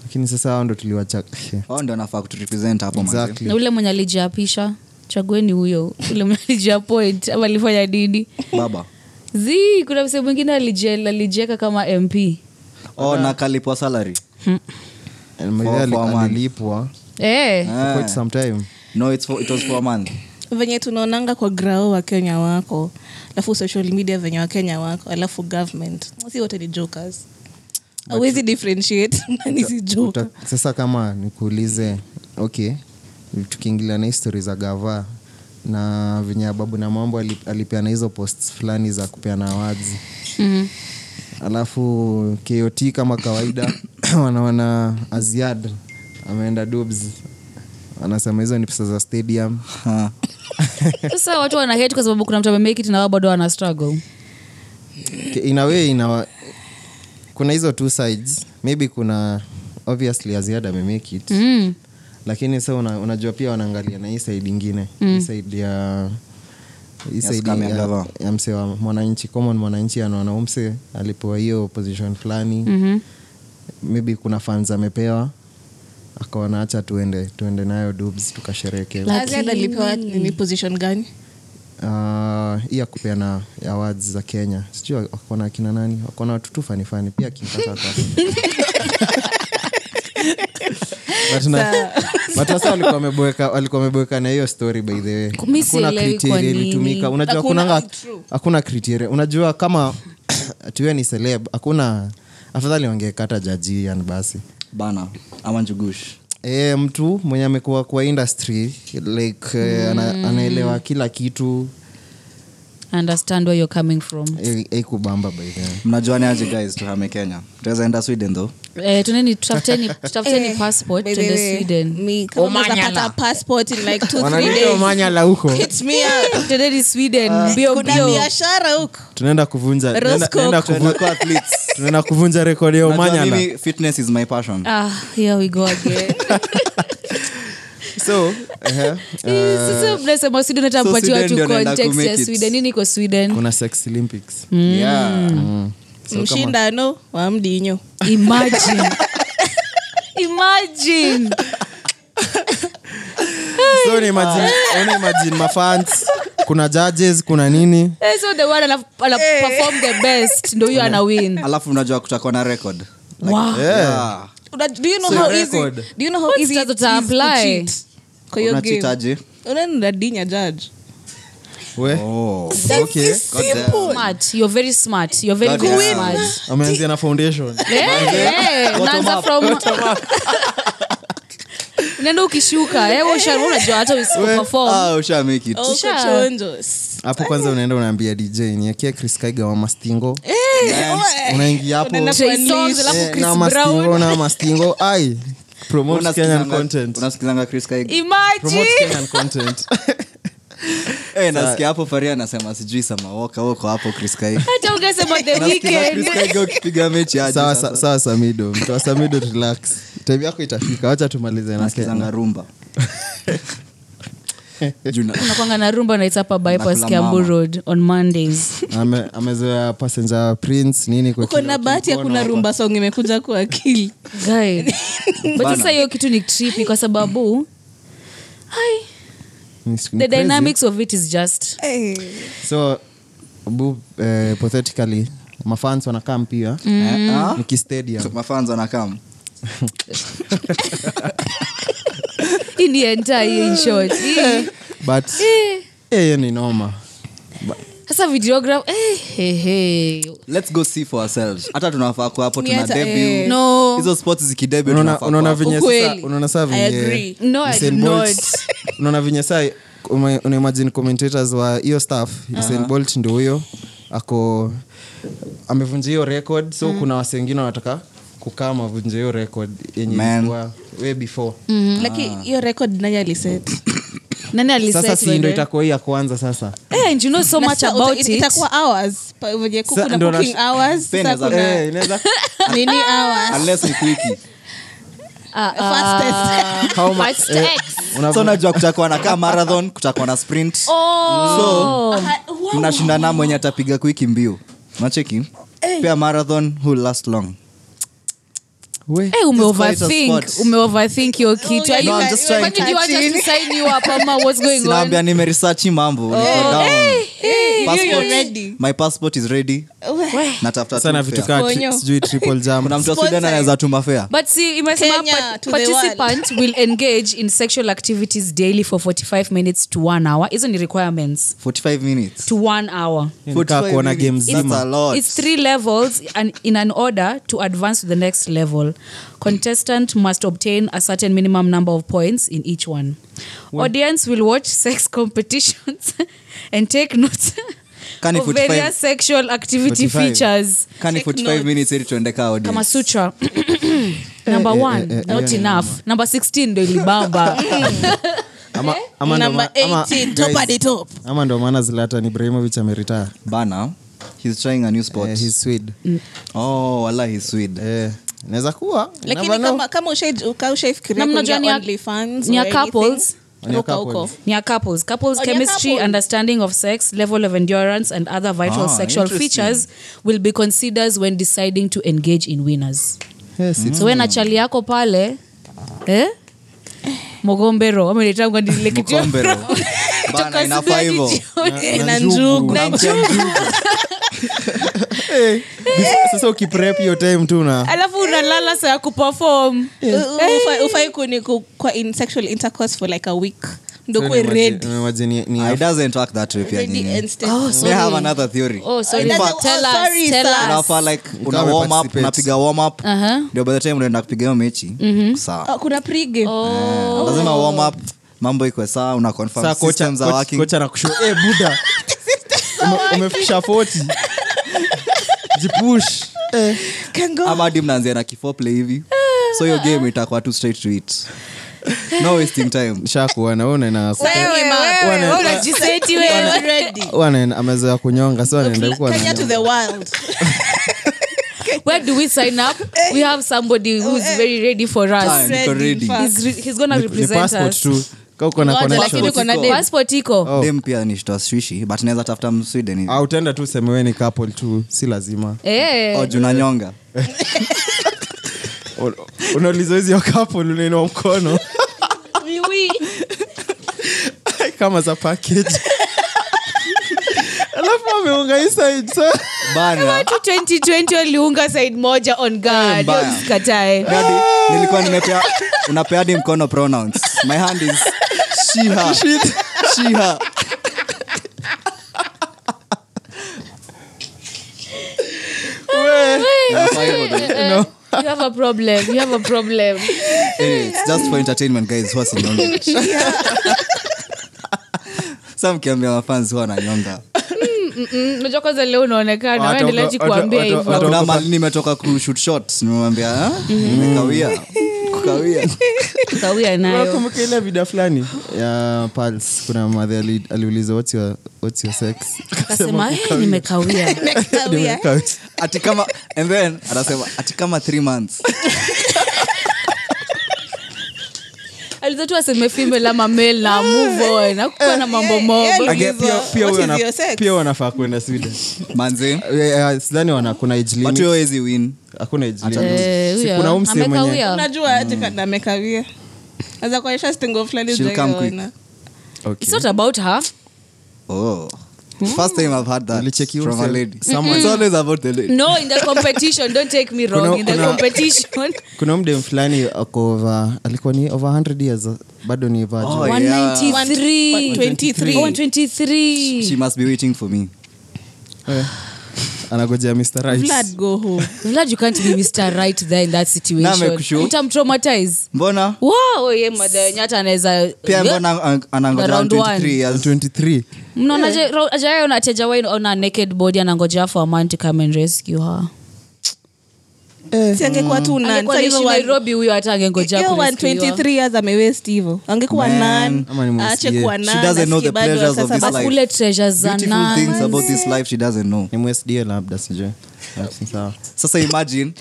Speaker 3: lakini sasa hao ndo tuliwachaka
Speaker 4: wao Oh, ndio anafaa kuturepresent hapo manze.
Speaker 3: exactly.
Speaker 2: na ule mwenye alijiapisha chagueni huyo ule mwenye alijiapoint ama alifanya nini
Speaker 4: baba
Speaker 2: zi kuna msee mwingine alije- alijieka kama mp
Speaker 4: oh na kalipwa salary
Speaker 3: And maybe
Speaker 4: For-
Speaker 3: ali-
Speaker 4: for a month.
Speaker 3: alilipwa
Speaker 2: Eh,
Speaker 4: Ah.
Speaker 3: quite some time
Speaker 4: no it's for, it was for a month
Speaker 5: venye tunaonanga kwa grao wa kenya wako alafu social media venye wa kenya wako alafu government si wote ni jokers awezi differentiate nani si joka
Speaker 3: Uta- sasa kama nikuulize okay tukiingilia na histori za gava na venye babu na mambo ali- alipeana hizo posts fulani za kupeana awards
Speaker 2: Mm-hmm.
Speaker 3: alafu kot kama kawaida wanaona aziad ameenda dubs anasema hizo ni pesa za stadium
Speaker 4: Ha.
Speaker 2: sasa watu wana hate kwa sababu kuna mtu amemekit na wao bado wana struggle
Speaker 3: K- in a way ina kuna hizo two sides maybe kuna obviously aziada amemake it
Speaker 4: Hmm.
Speaker 2: mm.
Speaker 3: lakini sa una, unajua pia wanaangalia na hii side ingine mm. side ya hii
Speaker 4: Ya
Speaker 3: side
Speaker 4: scam ya
Speaker 3: ya,
Speaker 4: gava.
Speaker 3: ya mse wa mwananchi common mwananchi anaona umse alipewa hiyo position fulani
Speaker 2: Mhm.
Speaker 3: maybe kuna fans amepewa akaona hacha tuende tuende nayo dubs tukashereke
Speaker 2: La- Lakini-
Speaker 5: Azad alipewa ni position gani
Speaker 3: Ah, hii ya kupeana awards za kenya sijui wakona akina nani wakona watu tu fanifani pia kinkatata But na- but sasa walikuwa wameboeka- walikuwa wameboeka na hiyo story by the way
Speaker 2: Mi
Speaker 3: Hakuna
Speaker 2: sielewi kwa
Speaker 3: criteria
Speaker 2: nini.
Speaker 3: ilitumika unajua
Speaker 5: Hakuna-
Speaker 3: kunanga
Speaker 5: True.
Speaker 3: hakuna criteria unajua kama tuwe ni celeb hakuna afadhali wangekata jaji yan basi
Speaker 4: bana ama njugush
Speaker 3: e, mtu mwenye amekuwa kwa industry like eh, ana, anaelewa kila kitu
Speaker 2: understand where you're coming from
Speaker 3: eikubamba by the way
Speaker 4: mnajuani aje guys tuhame kenya tuweza enda sweden tho
Speaker 2: eh, tuneni tutafuteni tutafuteni
Speaker 4: Eh.
Speaker 2: passport
Speaker 5: By the
Speaker 2: tuende
Speaker 5: way,
Speaker 2: sweden
Speaker 5: mi kama naweza pata passport in like two, three
Speaker 3: Wananiita
Speaker 5: days.
Speaker 3: Omanyala huko
Speaker 5: Hit me up.
Speaker 4: Hmm.
Speaker 2: tuendeni
Speaker 4: Ah.
Speaker 2: sweden mbio
Speaker 5: kuna
Speaker 2: mbio
Speaker 5: biashara huko
Speaker 3: tunaenda kuvunja tunaenda-
Speaker 5: Roscoe.
Speaker 3: tunaenda kuvu- tunaenda kuvunja rekodi ya
Speaker 4: Najua
Speaker 3: umanyala
Speaker 4: mimi fitness is my passion
Speaker 2: ah here we go again
Speaker 3: so ehe, eh,
Speaker 2: sasa mnasema sweden hata
Speaker 4: Ah. so
Speaker 2: mpatia
Speaker 4: Sweden
Speaker 2: watu
Speaker 4: ndio naenda
Speaker 2: context ya
Speaker 4: kumake it.
Speaker 2: sweden nini iko sweden
Speaker 3: kuna sex olympics
Speaker 5: Mm.
Speaker 4: yeah.
Speaker 5: mshindano wa mdinyo
Speaker 2: imagine imagine
Speaker 3: so ni imagine, yani imagine mafans kuna judges kuna nini
Speaker 2: Eh, so the one ana, ana perform the best ndo huyo ana win
Speaker 4: alafu mnajua kutakuwa na record
Speaker 3: Eh. Ah.
Speaker 4: Ah,
Speaker 2: wow
Speaker 4: yeah.
Speaker 5: Una- do you know
Speaker 4: So
Speaker 5: how
Speaker 4: your
Speaker 5: easy
Speaker 4: record.
Speaker 5: do you know how
Speaker 2: What
Speaker 5: easy it
Speaker 2: does it
Speaker 5: is to
Speaker 2: apply?
Speaker 5: cheat kwa hiyo game
Speaker 4: unachitaje
Speaker 5: unaenda dinya judge
Speaker 3: we
Speaker 4: oh.
Speaker 3: okay.
Speaker 2: smart you're very smart you're very
Speaker 4: God
Speaker 2: very
Speaker 4: damn.
Speaker 2: smart
Speaker 3: ameanzia na foundation
Speaker 2: Eh, eh, unaanza from unaenda ukishuka eh, wewe usha- wewe unajua hata usipoperform
Speaker 4: ah, usha make it
Speaker 5: Au
Speaker 2: Sure.
Speaker 5: kuchonjo.
Speaker 3: hapo kwanza unaenda unaambia dj niakie chris kaiga wa mastingo
Speaker 5: Eh,
Speaker 3: unaingia hapo
Speaker 5: Unaenda
Speaker 2: Trey Songz,
Speaker 5: kuunleash.
Speaker 2: alafu
Speaker 3: eh,
Speaker 2: Chris
Speaker 3: na
Speaker 2: Brown.
Speaker 3: mastingo na mastingo ai promote kenyan
Speaker 4: Unasikizanga-
Speaker 3: content
Speaker 4: unasikizanga chris Kaig-
Speaker 3: promote
Speaker 2: Imagine.
Speaker 3: kenyan content
Speaker 4: Eh, nasikia hapo faria anasema sijui samawoka woko hapo chris Kaig.
Speaker 2: hata ungesema the
Speaker 4: Nasikiza Chris
Speaker 2: weekend
Speaker 4: Kaig ukipiga mechi aje
Speaker 3: sawa
Speaker 4: sasa.
Speaker 3: sa- sawa samido mtu wa samido relax time yako itafika wacha tumalize na
Speaker 4: nasikizanga
Speaker 3: Kenya.
Speaker 4: rumba Juu na-
Speaker 2: unakwanga na rumba naitapa bypass
Speaker 4: Nakula
Speaker 2: kiambu
Speaker 4: mama.
Speaker 2: road on mondays
Speaker 3: Ame- amezoea passenger prince nini kwa
Speaker 5: uko na bahati ya kuna rumba song imekuja kwa akili
Speaker 2: Guy. but
Speaker 4: Bana.
Speaker 2: sasa hiyo kitu ni trippy kwa sababu Hi.
Speaker 3: Ni- ni
Speaker 2: the
Speaker 3: crazy.
Speaker 2: dynamics of it is just
Speaker 5: Eh.
Speaker 3: so bu eh, hypothetically mafans wanakaa mpia
Speaker 5: Mm.
Speaker 4: Eh, ah? So,
Speaker 3: nikistadium
Speaker 4: mafans wanakam
Speaker 2: in the entire in short Eh,
Speaker 3: but
Speaker 2: eh.
Speaker 3: hiyo ni noma
Speaker 2: sasa videograph eh, hey, hey.
Speaker 4: let's go see for ourselves hata tunafaa kwa hapo
Speaker 5: Ni
Speaker 4: tuna
Speaker 5: hata-
Speaker 4: debut.
Speaker 2: No.
Speaker 4: hizo spots zikidebut
Speaker 3: Unaona-
Speaker 4: tunafaa kwa
Speaker 3: unaona
Speaker 4: hapo.
Speaker 3: venye
Speaker 5: Ukweli.
Speaker 3: sasa- unaona saa
Speaker 5: I
Speaker 3: venye-
Speaker 5: agree.
Speaker 2: No, I
Speaker 3: Usain
Speaker 2: did
Speaker 3: Bolt-
Speaker 2: not.
Speaker 3: unaona venye saa ume- unaimagine commentators wa hiyo staff
Speaker 5: Uh-huh.
Speaker 3: Usain bolt ndo huyo ako amevunja hiyo record so
Speaker 5: Mm.
Speaker 3: kuna wase wengine wanataka kukaa mavunja hiyo record yenye
Speaker 4: Man.
Speaker 3: ilikuwa way before
Speaker 5: Mm,
Speaker 2: Mm.
Speaker 3: Ah.
Speaker 5: lakini hiyo record naye aliset
Speaker 2: nani aliset
Speaker 3: sasa si
Speaker 2: by
Speaker 3: ndo
Speaker 5: eh.
Speaker 2: the way?
Speaker 3: itakuwa hii ya kwanza sasa
Speaker 2: Eh, and you know so
Speaker 5: Na
Speaker 2: much
Speaker 5: sasa
Speaker 2: about
Speaker 5: uta-
Speaker 2: it.
Speaker 5: it- itakuwa hours Pa- venye ku-
Speaker 3: Sa-
Speaker 5: kuna
Speaker 3: ndo na-
Speaker 5: cooking hours
Speaker 4: Pen
Speaker 5: sa
Speaker 4: is a-
Speaker 5: kuna
Speaker 3: Eh, inaweza-
Speaker 5: nini hours
Speaker 4: Unless ni quickie.
Speaker 2: Ah, ah,
Speaker 5: fastest
Speaker 3: how much-
Speaker 2: Fast
Speaker 3: eh,
Speaker 2: X.
Speaker 3: una-
Speaker 4: so najua kutakuwa na kaa marathon kutakuwa na sprint
Speaker 2: Oh.
Speaker 4: mnashindana mwenye atapiga kwiki mbio nacheki pia marathon who last long
Speaker 3: We.
Speaker 2: Eh, ume
Speaker 4: Just call it a
Speaker 2: overthink.
Speaker 4: sport.
Speaker 2: Ume overthink hiyo kitu. Are
Speaker 4: No,
Speaker 2: you-
Speaker 4: I'm just trying
Speaker 2: Kwani
Speaker 4: to-
Speaker 2: do you want us to sign you up ama what's going on?
Speaker 4: sinaambia nimerisachi mambo niko down.
Speaker 2: Eh,
Speaker 4: Passport-
Speaker 5: you're ready.
Speaker 4: my passport is ready natafuta
Speaker 3: Sasa na
Speaker 4: tu
Speaker 3: vitu
Speaker 4: fare.
Speaker 3: kaa tri-
Speaker 5: Konyo.
Speaker 3: sijui triple jump
Speaker 4: kuna mtu wa
Speaker 5: Sponsor.
Speaker 4: sweden anaweza tuma fea
Speaker 2: But see, imesema
Speaker 5: Kenya
Speaker 2: pa-
Speaker 5: to the
Speaker 2: participants will engage in sexual activities daily for 45 minutes to one hour. Hizo ni requirements
Speaker 4: 45 minutes
Speaker 2: to one hour.
Speaker 3: Nikaa kuona game
Speaker 4: That's a
Speaker 3: zima
Speaker 4: lot.
Speaker 2: It's three levels and in an order to advance to the next level. Contestant must obtain a certain minimum number of points in each one. Audience will watch sex competitions and take notes
Speaker 4: Can you
Speaker 2: of
Speaker 4: put
Speaker 2: various
Speaker 4: five?
Speaker 2: sexual activity
Speaker 3: 45?
Speaker 2: features.
Speaker 4: Kani 45 minutes ili tuende kaa audience.
Speaker 2: Kama Sutra. Number
Speaker 4: Eh,
Speaker 2: one, not enough. Number 16, ndo ilibamba.
Speaker 3: Ama- ama ndo
Speaker 5: Eh? number
Speaker 3: ma- ama-
Speaker 5: 18 top
Speaker 3: guys,
Speaker 5: at the top
Speaker 3: ama ndo maana zlatan ibrahimovic ameritaa
Speaker 4: bana he's trying a new sport
Speaker 3: Eh,
Speaker 5: Mm.
Speaker 4: oh wala he's swed
Speaker 3: naweza Eh, kuwa
Speaker 5: lakini
Speaker 3: never know.
Speaker 5: kama kama ushai- uka- ushaifikiria
Speaker 2: Na mnajua ni
Speaker 5: kuingia
Speaker 2: ya-
Speaker 5: OnlyFans
Speaker 2: ni ya
Speaker 5: or anything,
Speaker 2: couples.
Speaker 3: Ni ya
Speaker 5: ruka huko
Speaker 3: couples.
Speaker 2: near couples couples
Speaker 5: Oh, near
Speaker 2: chemistry
Speaker 5: couples.
Speaker 2: understanding of sex level of endurance and other vital
Speaker 4: Ah,
Speaker 2: sexual
Speaker 4: interesting.
Speaker 2: features will be considered when deciding to engage in winners
Speaker 5: Eh,
Speaker 3: Yes, it's-
Speaker 2: so
Speaker 4: Hmm.
Speaker 2: when a chali yako pale eh? mogombero amenitangu
Speaker 4: Mkombero. Bana, inafaa hivyo.
Speaker 5: Eh, na njugu
Speaker 4: Kuna mtu
Speaker 3: Eh, Sasa ukiprep hiyo time tu na
Speaker 2: alafu una unalala saa Eh? kupefom
Speaker 5: Eh. Uh, ufai kuni ku- kwa in sexual intercourse for like a week ndo kuwe ready
Speaker 4: Ah, it
Speaker 3: ndokuerednilikuwa
Speaker 4: doesn't work that way pia
Speaker 5: Ready
Speaker 4: nyinyi.
Speaker 5: and steady.
Speaker 4: They have another theory.
Speaker 2: Oh, sorry.
Speaker 4: In fact,
Speaker 2: Tell
Speaker 5: Oh,
Speaker 2: us,
Speaker 5: sorry,
Speaker 2: tell
Speaker 5: sir.
Speaker 2: us. Uh-huh.
Speaker 4: unafaa like una
Speaker 3: Mkame
Speaker 4: warm up
Speaker 3: participate.
Speaker 4: unapiga warm up
Speaker 2: Aha.
Speaker 4: ndio by the time unaenda kupiga hiyo mechi
Speaker 2: Mm-hmm.
Speaker 4: sawa
Speaker 5: Ah, kuna pregame Oh.
Speaker 2: Oh.
Speaker 4: lazima warm up mambo iko sawa una confirm systems are working
Speaker 5: eh,
Speaker 3: nakushubuda umefikisha 40 jipush
Speaker 4: Eh.
Speaker 5: Kango.
Speaker 4: ama hadi mnaanzia na kifople hivi so hiyo game itakuwa too straight to it no wasting time
Speaker 3: shakuana unaena
Speaker 4: Eh.
Speaker 2: unajiseti wewe
Speaker 3: ameweza kunyonga so anaenda huko
Speaker 5: Kenya to
Speaker 3: ananyonga.
Speaker 5: the world.
Speaker 2: where do we sign up we have somebody who's very ready for us
Speaker 4: Eh, Time, niko
Speaker 5: Ready,
Speaker 4: ready.
Speaker 5: fast.
Speaker 2: he's, re- he's gonna
Speaker 3: Ni- ni
Speaker 2: represent
Speaker 3: passport
Speaker 2: us
Speaker 3: tu Kaa uko na
Speaker 5: Ngoja,
Speaker 3: connection.
Speaker 5: lakini kuna dem.
Speaker 2: passport iko
Speaker 3: Oh.
Speaker 4: dem pia ni shtaswishi but naweza tafuta msweden hivi
Speaker 3: Ah, utaenda tu usemewe ni couple tu si lazima
Speaker 2: Eh.
Speaker 4: Oh, juu nanyonga
Speaker 3: unauliza hizi ya couple unainua mkono
Speaker 2: Wiwi.
Speaker 3: kama za package alafu ameunga hii side so
Speaker 4: bana
Speaker 2: watu 2020 waliunga side moja
Speaker 3: Eh,
Speaker 2: on guard
Speaker 4: Mbaya.
Speaker 2: usikatae
Speaker 4: Hadi nilikuwa nimepea unapea hadi mkono pronouns my hand is she her she her Inafaa hivyo though.
Speaker 2: Eh, you have a problem you have a problem
Speaker 4: Anyway, it's Eh, just for entertainment guys huwa sinyongi. Sasa mkiambia mafans huwa nanyonga
Speaker 2: Mm, unajua kwanza leo unaonekana
Speaker 3: Wataoga-
Speaker 2: waendeleaji kuambia
Speaker 3: wata-
Speaker 2: hivyo
Speaker 4: Na kuna
Speaker 3: Wataogopa.
Speaker 4: mali nimetoka kushoot shot nimemwambia "Ah, nimekawia kukawia
Speaker 2: kawia nayo
Speaker 3: nakumbuka ile video fulani ya Pulse, kuna madhe ali- aliuliza what's your, what's your sex
Speaker 5: Oh,
Speaker 2: akasema "Eh, nimekawia
Speaker 5: Kawia.
Speaker 4: ati kama and then anasema ati kama three months
Speaker 2: alizatu aseme female ama male na move on hakukuwa
Speaker 3: Eh,
Speaker 2: na mambo mogo
Speaker 5: Again, pia- pia What is wana- your sex? pia
Speaker 3: wanafaa kwenda swida
Speaker 4: manzi
Speaker 3: sidhani wana kuna age
Speaker 4: watu
Speaker 3: limit.
Speaker 4: hawezi win
Speaker 3: hakuna age
Speaker 4: Hata
Speaker 3: limit.
Speaker 2: Eh,
Speaker 3: Si
Speaker 2: huyo.
Speaker 3: kuna umse
Speaker 2: Amekawia.
Speaker 3: mwenye-
Speaker 5: unajua tikadamekawia aza kuonyesha stingo fulani
Speaker 4: Mm. She'll come quick.
Speaker 5: hujaiona.
Speaker 3: Okay.
Speaker 2: It's not about her.
Speaker 4: Oh. First time I've had that
Speaker 3: Nilicheki
Speaker 4: from a
Speaker 3: umse-
Speaker 4: lady.
Speaker 3: someone-
Speaker 4: It's always about the lady.
Speaker 2: No, in the competition. Don't take me wrong.
Speaker 3: Kuna-
Speaker 2: in the
Speaker 3: kuna-
Speaker 2: competition.
Speaker 3: kuna mdem fulani ako over- alikuwa ni over 100 years bado ni virgin.
Speaker 4: Oh, yeah.
Speaker 2: 193.
Speaker 5: 123.
Speaker 2: Oh, 123.
Speaker 4: She must be waiting for me.
Speaker 3: anagojea Mr. Rice.
Speaker 5: Vlad, go home.
Speaker 2: I'm glad you can't be Mr. Right there in that situation.
Speaker 4: Namekushu.
Speaker 2: Utamtraumatize.
Speaker 4: Mbona?
Speaker 2: Wow, ye mother yenye hata anaweza
Speaker 4: Pia mbona an- anangoja
Speaker 2: Round one.
Speaker 4: 23 years?
Speaker 3: 23
Speaker 2: mnaonaje ajaona atejawai on a naked body anangojea for a man to come and rescue her
Speaker 4: Eh.
Speaker 5: Si angekuwa tu nani.
Speaker 2: Mm. angekuwa
Speaker 5: Sasa
Speaker 2: naishi
Speaker 5: hiyo one-
Speaker 2: nairobi huyo hata angengojea
Speaker 5: hiyo
Speaker 2: ku rescue her.
Speaker 5: 123 years amewest hivo angekuwa nan
Speaker 3: ama ni mwasie.
Speaker 5: aache kuwa
Speaker 4: She
Speaker 5: nan,
Speaker 4: doesn't know
Speaker 5: asikie
Speaker 4: the
Speaker 5: bado
Speaker 4: pleasures of
Speaker 5: sasa
Speaker 4: this
Speaker 5: basi-
Speaker 2: But
Speaker 4: life.
Speaker 2: kule treasure za
Speaker 4: Beautiful
Speaker 2: nani.
Speaker 4: things about this life she doesn't know.
Speaker 3: ni msda labda sijue sawa
Speaker 4: Sasa imagine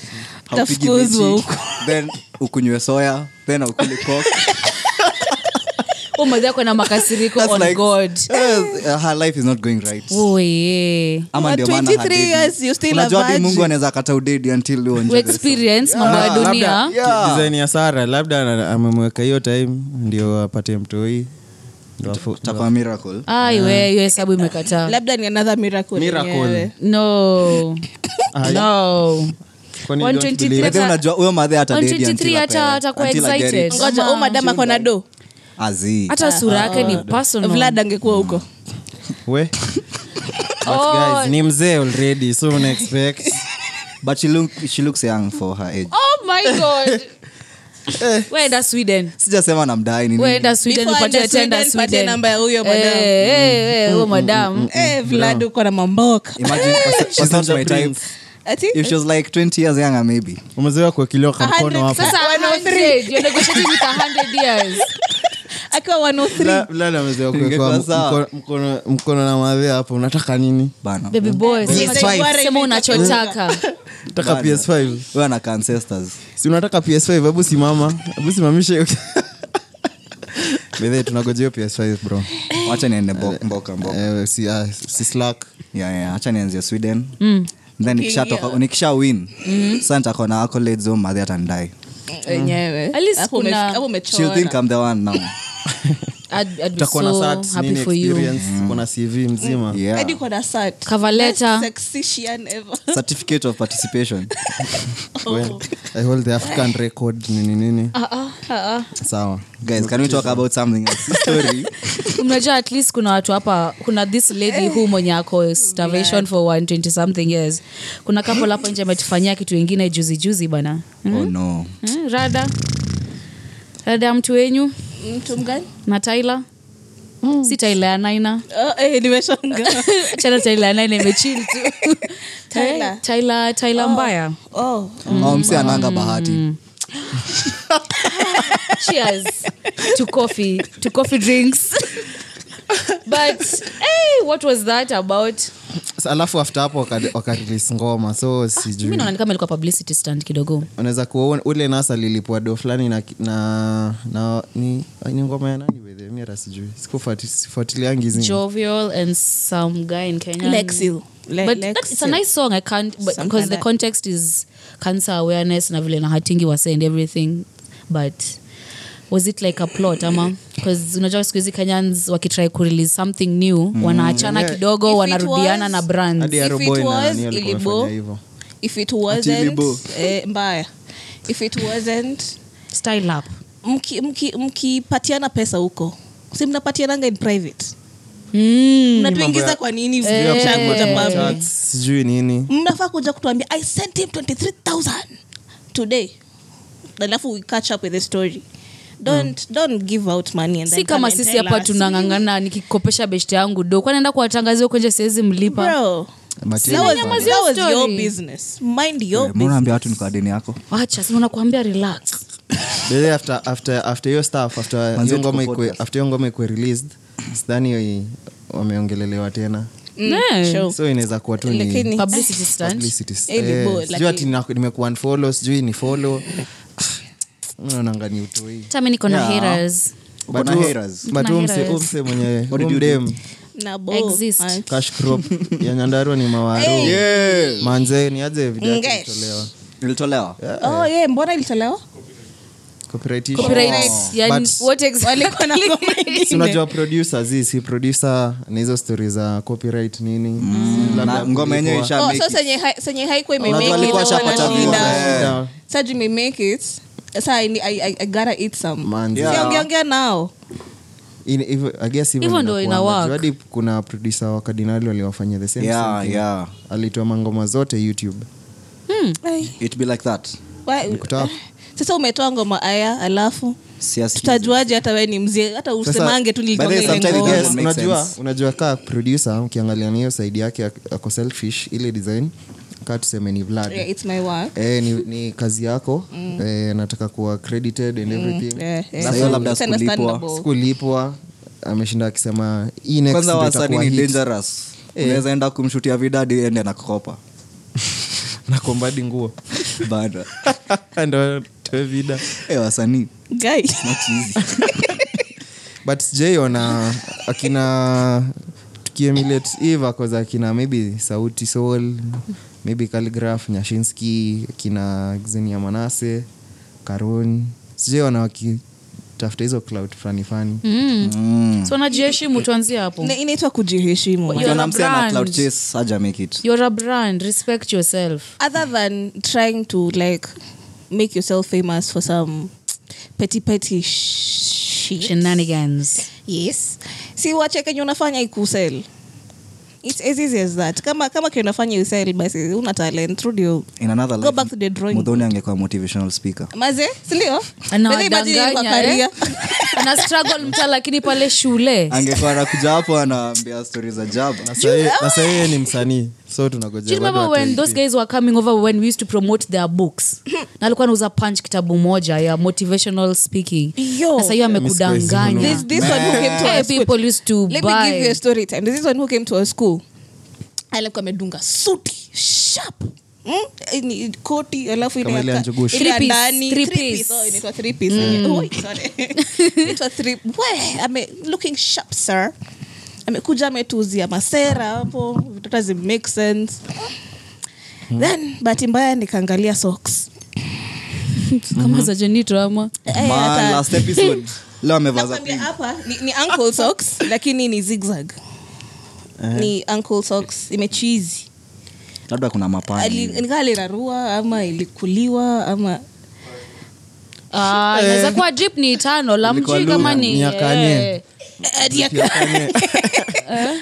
Speaker 4: haupigi
Speaker 5: Tafukuzwa
Speaker 4: mechi,
Speaker 5: huko.
Speaker 4: then ukunywe soya, then aukule coke.
Speaker 2: Huyo Oh, mother ako na makasiriko
Speaker 4: That's
Speaker 2: on
Speaker 4: like-
Speaker 2: god Oh,
Speaker 4: Eh, her life is not going right.
Speaker 2: oye
Speaker 4: Ama ndio maana
Speaker 5: 23
Speaker 4: hadedi.
Speaker 5: years, you still a
Speaker 4: Unajua hadi
Speaker 5: virgin.
Speaker 4: Mungu anaweza kata udedi until you enjoy yourself.
Speaker 2: experience mambo
Speaker 5: Ah,
Speaker 2: ya Ah, dunia
Speaker 4: Yeah.
Speaker 3: design ya sara labda ana- amemweka hiyo time ndio apate mtoi Ndio afu-
Speaker 4: Itakuwa miracle.
Speaker 2: aiwe hiyo hesabu imekataa
Speaker 5: labda ni another miracle
Speaker 3: Miracle.
Speaker 5: yenyewe.
Speaker 2: no
Speaker 5: Ah,
Speaker 3: Ai.
Speaker 2: no
Speaker 3: Kwani you don't
Speaker 2: 123
Speaker 3: believe?
Speaker 4: By the way, unajua huyo madhe hata
Speaker 2: On
Speaker 4: dedi
Speaker 2: 23
Speaker 4: until
Speaker 2: hata-
Speaker 4: apewe,
Speaker 2: atakuwa
Speaker 4: until I get
Speaker 2: excited.
Speaker 4: it.
Speaker 5: ngoja
Speaker 2: Ama-
Speaker 5: u madam akona do
Speaker 4: Azi.
Speaker 2: hata sura yake ni
Speaker 5: Ah, vlad
Speaker 2: personal
Speaker 5: angekuwa huko
Speaker 3: We. But guys, ni mzee already so una expect
Speaker 4: But she look- she looks young for her age.
Speaker 2: oh my god weenda sweden
Speaker 4: sijasema namdai nini
Speaker 2: weenda sweden
Speaker 5: Eh. Before
Speaker 2: upate
Speaker 5: aende Sweden,
Speaker 2: tenda Eh,
Speaker 5: pate namba ya huyo Mm, madam.
Speaker 2: huyo
Speaker 4: Mm.
Speaker 2: madam
Speaker 5: Eh, vlad uko na mamboka
Speaker 4: Imagine, was- was not my type.
Speaker 5: Ati?
Speaker 4: If she was like 20 years younger, maybe.
Speaker 3: umezewa kuekiliwa kamkono hapo
Speaker 2: sasa 100, you're negotiating with 100 years
Speaker 5: akiwa 103
Speaker 3: La- la- la, umezewa kuwekewa
Speaker 4: Ingekuwa sawa.
Speaker 3: mkono- mkono- mkono na madhe hapo unataka nini
Speaker 4: Bana.
Speaker 2: baby boy
Speaker 5: Yes,
Speaker 2: sema-
Speaker 5: wife.
Speaker 2: sema unachotaka
Speaker 3: nataka ps5
Speaker 4: We anaka ancestors.
Speaker 3: si unataka ps5 hebu simama hebu simamisha hiyo bedhe tunagojea hiyo ps5 bro
Speaker 4: Wacha niende bo- mboka mboka.
Speaker 3: Eh, si, ah, si slack
Speaker 4: Yeah, yeah, Wacha nianzie Sweden. Then nikishatoka- nikisha win sasa nitakuwa na accolades huyo madhe atandai
Speaker 5: Mm. wenyewe
Speaker 2: At least
Speaker 5: Hapo ume-
Speaker 2: kuna-
Speaker 5: hapo
Speaker 4: She'll
Speaker 5: umechora.
Speaker 4: think I'm the one now
Speaker 2: I'd, I'd be
Speaker 3: utakuwa na
Speaker 2: so
Speaker 3: sat
Speaker 2: happy
Speaker 3: nini
Speaker 2: for you.
Speaker 3: experience uko na cv mzima
Speaker 4: Yeah.
Speaker 5: Hadi uko na sat.
Speaker 2: Cover
Speaker 5: Best
Speaker 2: letter.
Speaker 5: sexician ever.
Speaker 4: certificate of participation
Speaker 3: Well, i hold the african record nini nini
Speaker 2: Ah,
Speaker 3: sawa
Speaker 4: guys can we talk about something else This story
Speaker 2: mnajua at least kuna watu hapa kuna this lady hu mwenye ako starvation for 120 something years kuna kapo lapo nje ametufanyia kitu ingine juzi juzi bana
Speaker 4: oh no
Speaker 2: Hmm, rada rada ya mtu wenyu
Speaker 5: Mtu mgani?
Speaker 2: na taila si taila ya naina
Speaker 5: Oh, eh, nimeshangaa.
Speaker 2: chana taila ya naina imechili tu
Speaker 5: Tyler.
Speaker 2: Eh, taila taila mbaya
Speaker 5: Oh,
Speaker 4: oh, msi ananga
Speaker 5: Hmm.
Speaker 4: bahati
Speaker 2: cheers to coffee to coffee drinks but hey, what was that about
Speaker 3: Sa- alafu after hapo waka- wakarelease ngoma so
Speaker 2: mi
Speaker 3: sijui
Speaker 2: naona ni kama ilikuwa publicity stand kidogo
Speaker 3: unaweza kuwa ule nasa lilipua do fulani na, na, na ni, ni ngoma ya nani bedhe mira sijui sikufuati- sifuatiliangi hizi ngoma.
Speaker 2: jovial and some guy in kenya
Speaker 5: Mm. Lexil. Le-
Speaker 2: but that, it's a
Speaker 5: Lexil.
Speaker 2: nice song i can't but
Speaker 5: Something
Speaker 2: because
Speaker 5: like
Speaker 2: the
Speaker 5: that.
Speaker 2: context is cancer awareness na vile na hatingi wase and everything but was it like a plot ama because unajua siku hizi kenyans wakitry kurelease something new wanaachana
Speaker 3: Yeah.
Speaker 2: kidogo
Speaker 5: Mm. If it
Speaker 2: wanarudiana
Speaker 5: was-
Speaker 2: na brands
Speaker 3: Hadi
Speaker 5: If
Speaker 3: Arrow Boy
Speaker 5: it
Speaker 3: na
Speaker 5: was
Speaker 3: nani walikuwa
Speaker 5: Ilibo,
Speaker 3: wamefanya hivyo.
Speaker 5: if it wasn't
Speaker 4: Libo.
Speaker 5: eh, mbaya if it wasn't
Speaker 2: style up
Speaker 5: mkipatiana mki, mkipatiana pesa huko si mnapatiananga in private
Speaker 2: mm.
Speaker 3: Mambo ya-
Speaker 5: mnatuingiza kwa nini
Speaker 3: Sijui
Speaker 2: Eh.
Speaker 3: ya
Speaker 5: changu cha
Speaker 3: kuchagua chama
Speaker 5: public?
Speaker 3: charts, sijui nini
Speaker 5: mnafaa kuja kutuambia i sent him 23000 today alafu we catch up with the story don't don't give out money
Speaker 2: Mm.
Speaker 5: and
Speaker 2: si
Speaker 5: then
Speaker 2: kama
Speaker 5: come and
Speaker 2: sisi
Speaker 5: tell
Speaker 2: hapa
Speaker 5: us.
Speaker 2: tunang'ang'ana nikikopesha beshte yangu do kwanaenda kuwatangazia kwenye siwezi mlipa
Speaker 5: Bro,
Speaker 4: But
Speaker 5: that was,
Speaker 2: Nyamaza
Speaker 5: that was
Speaker 2: story.
Speaker 5: your business mind your
Speaker 4: Eh, mbona
Speaker 5: business
Speaker 4: ambia watu ni kwa deni yako
Speaker 2: wacha si unakuambia relax
Speaker 3: Bedhe after- after- after hiyo stuff after
Speaker 4: Manze
Speaker 3: hiyo ngoma
Speaker 4: tuko
Speaker 3: ikwe-
Speaker 4: podcast.
Speaker 3: after hiyo ngoma ikwe released sidhani hii wameongelelewa tena
Speaker 2: Yeah.
Speaker 5: sure.
Speaker 3: so inaweza kuwa tu ni
Speaker 5: Lakini-
Speaker 2: Publicity stunt.
Speaker 3: publicity.
Speaker 5: Eh, ni
Speaker 3: Eh,
Speaker 5: bo-
Speaker 3: sijui ati
Speaker 5: lakini-
Speaker 3: na- nimekuwa unfollow, sijui ni follow naonanga ni utoi
Speaker 2: hata mi niko na
Speaker 4: Yeah.
Speaker 2: haters.
Speaker 4: But
Speaker 3: But
Speaker 4: who-
Speaker 3: who-
Speaker 4: haters.
Speaker 3: but
Speaker 2: Kuna
Speaker 3: who mse-
Speaker 2: haters.
Speaker 3: who mse mwenye
Speaker 4: What did you
Speaker 3: umdem
Speaker 5: na bo
Speaker 2: Exist.
Speaker 5: man.
Speaker 3: cash crop ya nyandarua ni mawaro manze ni aje video yake
Speaker 5: Ngesh.
Speaker 3: ilitolewa?
Speaker 4: ilitolewa
Speaker 5: oh yeah mbona ilitolewa
Speaker 3: Copyright issue.
Speaker 2: Copyright, yani,
Speaker 3: Oh. But-
Speaker 2: what exactly?
Speaker 3: Si unajua producer zi si producer na hizo stori za copyright nini
Speaker 4: Mm.
Speaker 3: Labda
Speaker 4: Na ngoma yenyewe
Speaker 3: kulipwa.
Speaker 4: isha
Speaker 5: Oh,
Speaker 4: make
Speaker 5: so
Speaker 4: it.
Speaker 5: senye hai- senye haikuwa
Speaker 4: Watu
Speaker 5: imemake it,
Speaker 4: walikuwa
Speaker 5: so
Speaker 4: washapata
Speaker 5: wanashinda.
Speaker 4: views.
Speaker 3: Yeah.
Speaker 4: Yeah.
Speaker 5: Sasa juu imemake it, sasa I need- I- I- I gotta eat some.
Speaker 3: Manzi.
Speaker 5: Si
Speaker 4: Yeah.
Speaker 5: ongeongea nao
Speaker 3: In- hivyo- I guess hivyo
Speaker 2: Hivyo
Speaker 3: ndo
Speaker 2: ndo ina
Speaker 3: inakuanga.
Speaker 2: work.
Speaker 3: Juu hadi kuna producer wa kardinali waliwafanyia the same
Speaker 4: Yeah,
Speaker 3: thing.
Speaker 4: yeah.
Speaker 3: alitoa mangoma zote youtube
Speaker 2: Hmm.
Speaker 5: Ai,
Speaker 4: It be like that.
Speaker 5: why-
Speaker 3: Kutoa-
Speaker 5: sasa umetoa ngoma aya alafu
Speaker 4: Siasi-
Speaker 5: tutajuaje hata we ni mzee hata usemange tu
Speaker 4: by the way,
Speaker 5: niligonga ile
Speaker 4: sometimes-
Speaker 5: ngoma
Speaker 4: Yes. Makes
Speaker 3: unajua
Speaker 4: sense.
Speaker 3: unajua kaa producer ukiangalia na hiyo saidi yake ak- ako selfish ile design kaa tuseme ni vlad
Speaker 5: Yeah, it's my work.
Speaker 3: Eh, ni, ni kazi yako mm. eh, nataka kuwa credited and everything
Speaker 5: Mm. Yeah, yeah.
Speaker 4: Sasa hiyo labda
Speaker 5: It's
Speaker 4: sikulipwa.
Speaker 5: understandable.
Speaker 3: sikulipwa ameshinda akisema "Hii next
Speaker 4: kwanza
Speaker 3: ndio
Speaker 4: wasanii
Speaker 3: itakuwa
Speaker 4: ni
Speaker 3: hit." Eh.
Speaker 4: dangerous unaweza enda kumshutia vidadi ende na kukopa
Speaker 3: na kombadi nguo
Speaker 4: bada
Speaker 3: ndo toe vida
Speaker 4: hey, Eh, wasanii
Speaker 5: Guy.
Speaker 3: but sijaiona akina tukiemulate eve akoza akina maybe sauti sol maybe calligraph nyashinski akina xenia manase karon sijaiona wakitafuta hizo cloud fulani fani
Speaker 2: Mm. Hmm.
Speaker 3: Mm.
Speaker 2: so wanajiheshimu tuanzie hapo
Speaker 5: Ina- inaitwa kujiheshimu
Speaker 2: You're a brand.
Speaker 4: haja make it
Speaker 2: you're a brand respect yourself
Speaker 5: other than trying to like make yourself famous for some petty petty sh- shit.
Speaker 2: shenanigans
Speaker 5: yes si wache kenye unafanya ikusel its as easy as that kama kama kenye unafanya usel basi una talent rudio
Speaker 4: in another
Speaker 5: Go
Speaker 4: life,
Speaker 5: back to the drawing
Speaker 4: Muthoni angekuwa motivational speaker
Speaker 5: maze sindio
Speaker 2: anawadanganya eh? ana struggle mta lakini pale shule
Speaker 4: angekuwa anakuja hapo anaambia stori za jaba
Speaker 3: na sahii ni msanii so
Speaker 2: Do you
Speaker 3: tunagoja bado
Speaker 2: remember when
Speaker 3: watu
Speaker 2: those guys were coming over when we used to promote their books na alikuwa anauza punch kitabu moja ya motivational speaking
Speaker 5: Yo.
Speaker 2: sasa hiyo
Speaker 5: this,
Speaker 2: amekudanganya
Speaker 5: this one who came to
Speaker 2: Hey,
Speaker 5: our school.
Speaker 2: people used to
Speaker 5: Let
Speaker 2: buy.
Speaker 5: me give you a story time. This is one who came to our school. Alafu amedunga suti sharp. Mm? Ini- koti alafu ile
Speaker 3: Kama ile
Speaker 5: ya
Speaker 3: ya
Speaker 5: ka-
Speaker 3: Njugusha.
Speaker 5: ile ya
Speaker 2: Three piece,
Speaker 5: ndani,
Speaker 2: three
Speaker 5: three
Speaker 2: piece. Mm.
Speaker 5: piece. Oh, inaitwa three piece. Oi, sorry. Inaitwa three- We, ame- looking sharp, sir. amekuja ametuzia masera hapo vitu hata zime make sense then bahati mbaya nikaangalia socks
Speaker 2: kama za janito ama
Speaker 5: Eh,
Speaker 4: Man,
Speaker 5: hata-
Speaker 4: last episode leo amevaza
Speaker 5: Nakwambia
Speaker 4: pink.
Speaker 5: hapa ni, ni ankle socks lakini ni zigzag
Speaker 4: Eh.
Speaker 5: ni ankle socks imechizi
Speaker 2: ah,
Speaker 4: labda kuna mapani
Speaker 5: nikaa linarua ama ilikuliwa ama
Speaker 2: Ah, inaweza kuwa drip ni tano la
Speaker 3: Eh. Ilikuwa
Speaker 2: mjui
Speaker 3: lu-
Speaker 2: kama ni
Speaker 3: nyakanye.
Speaker 2: eh,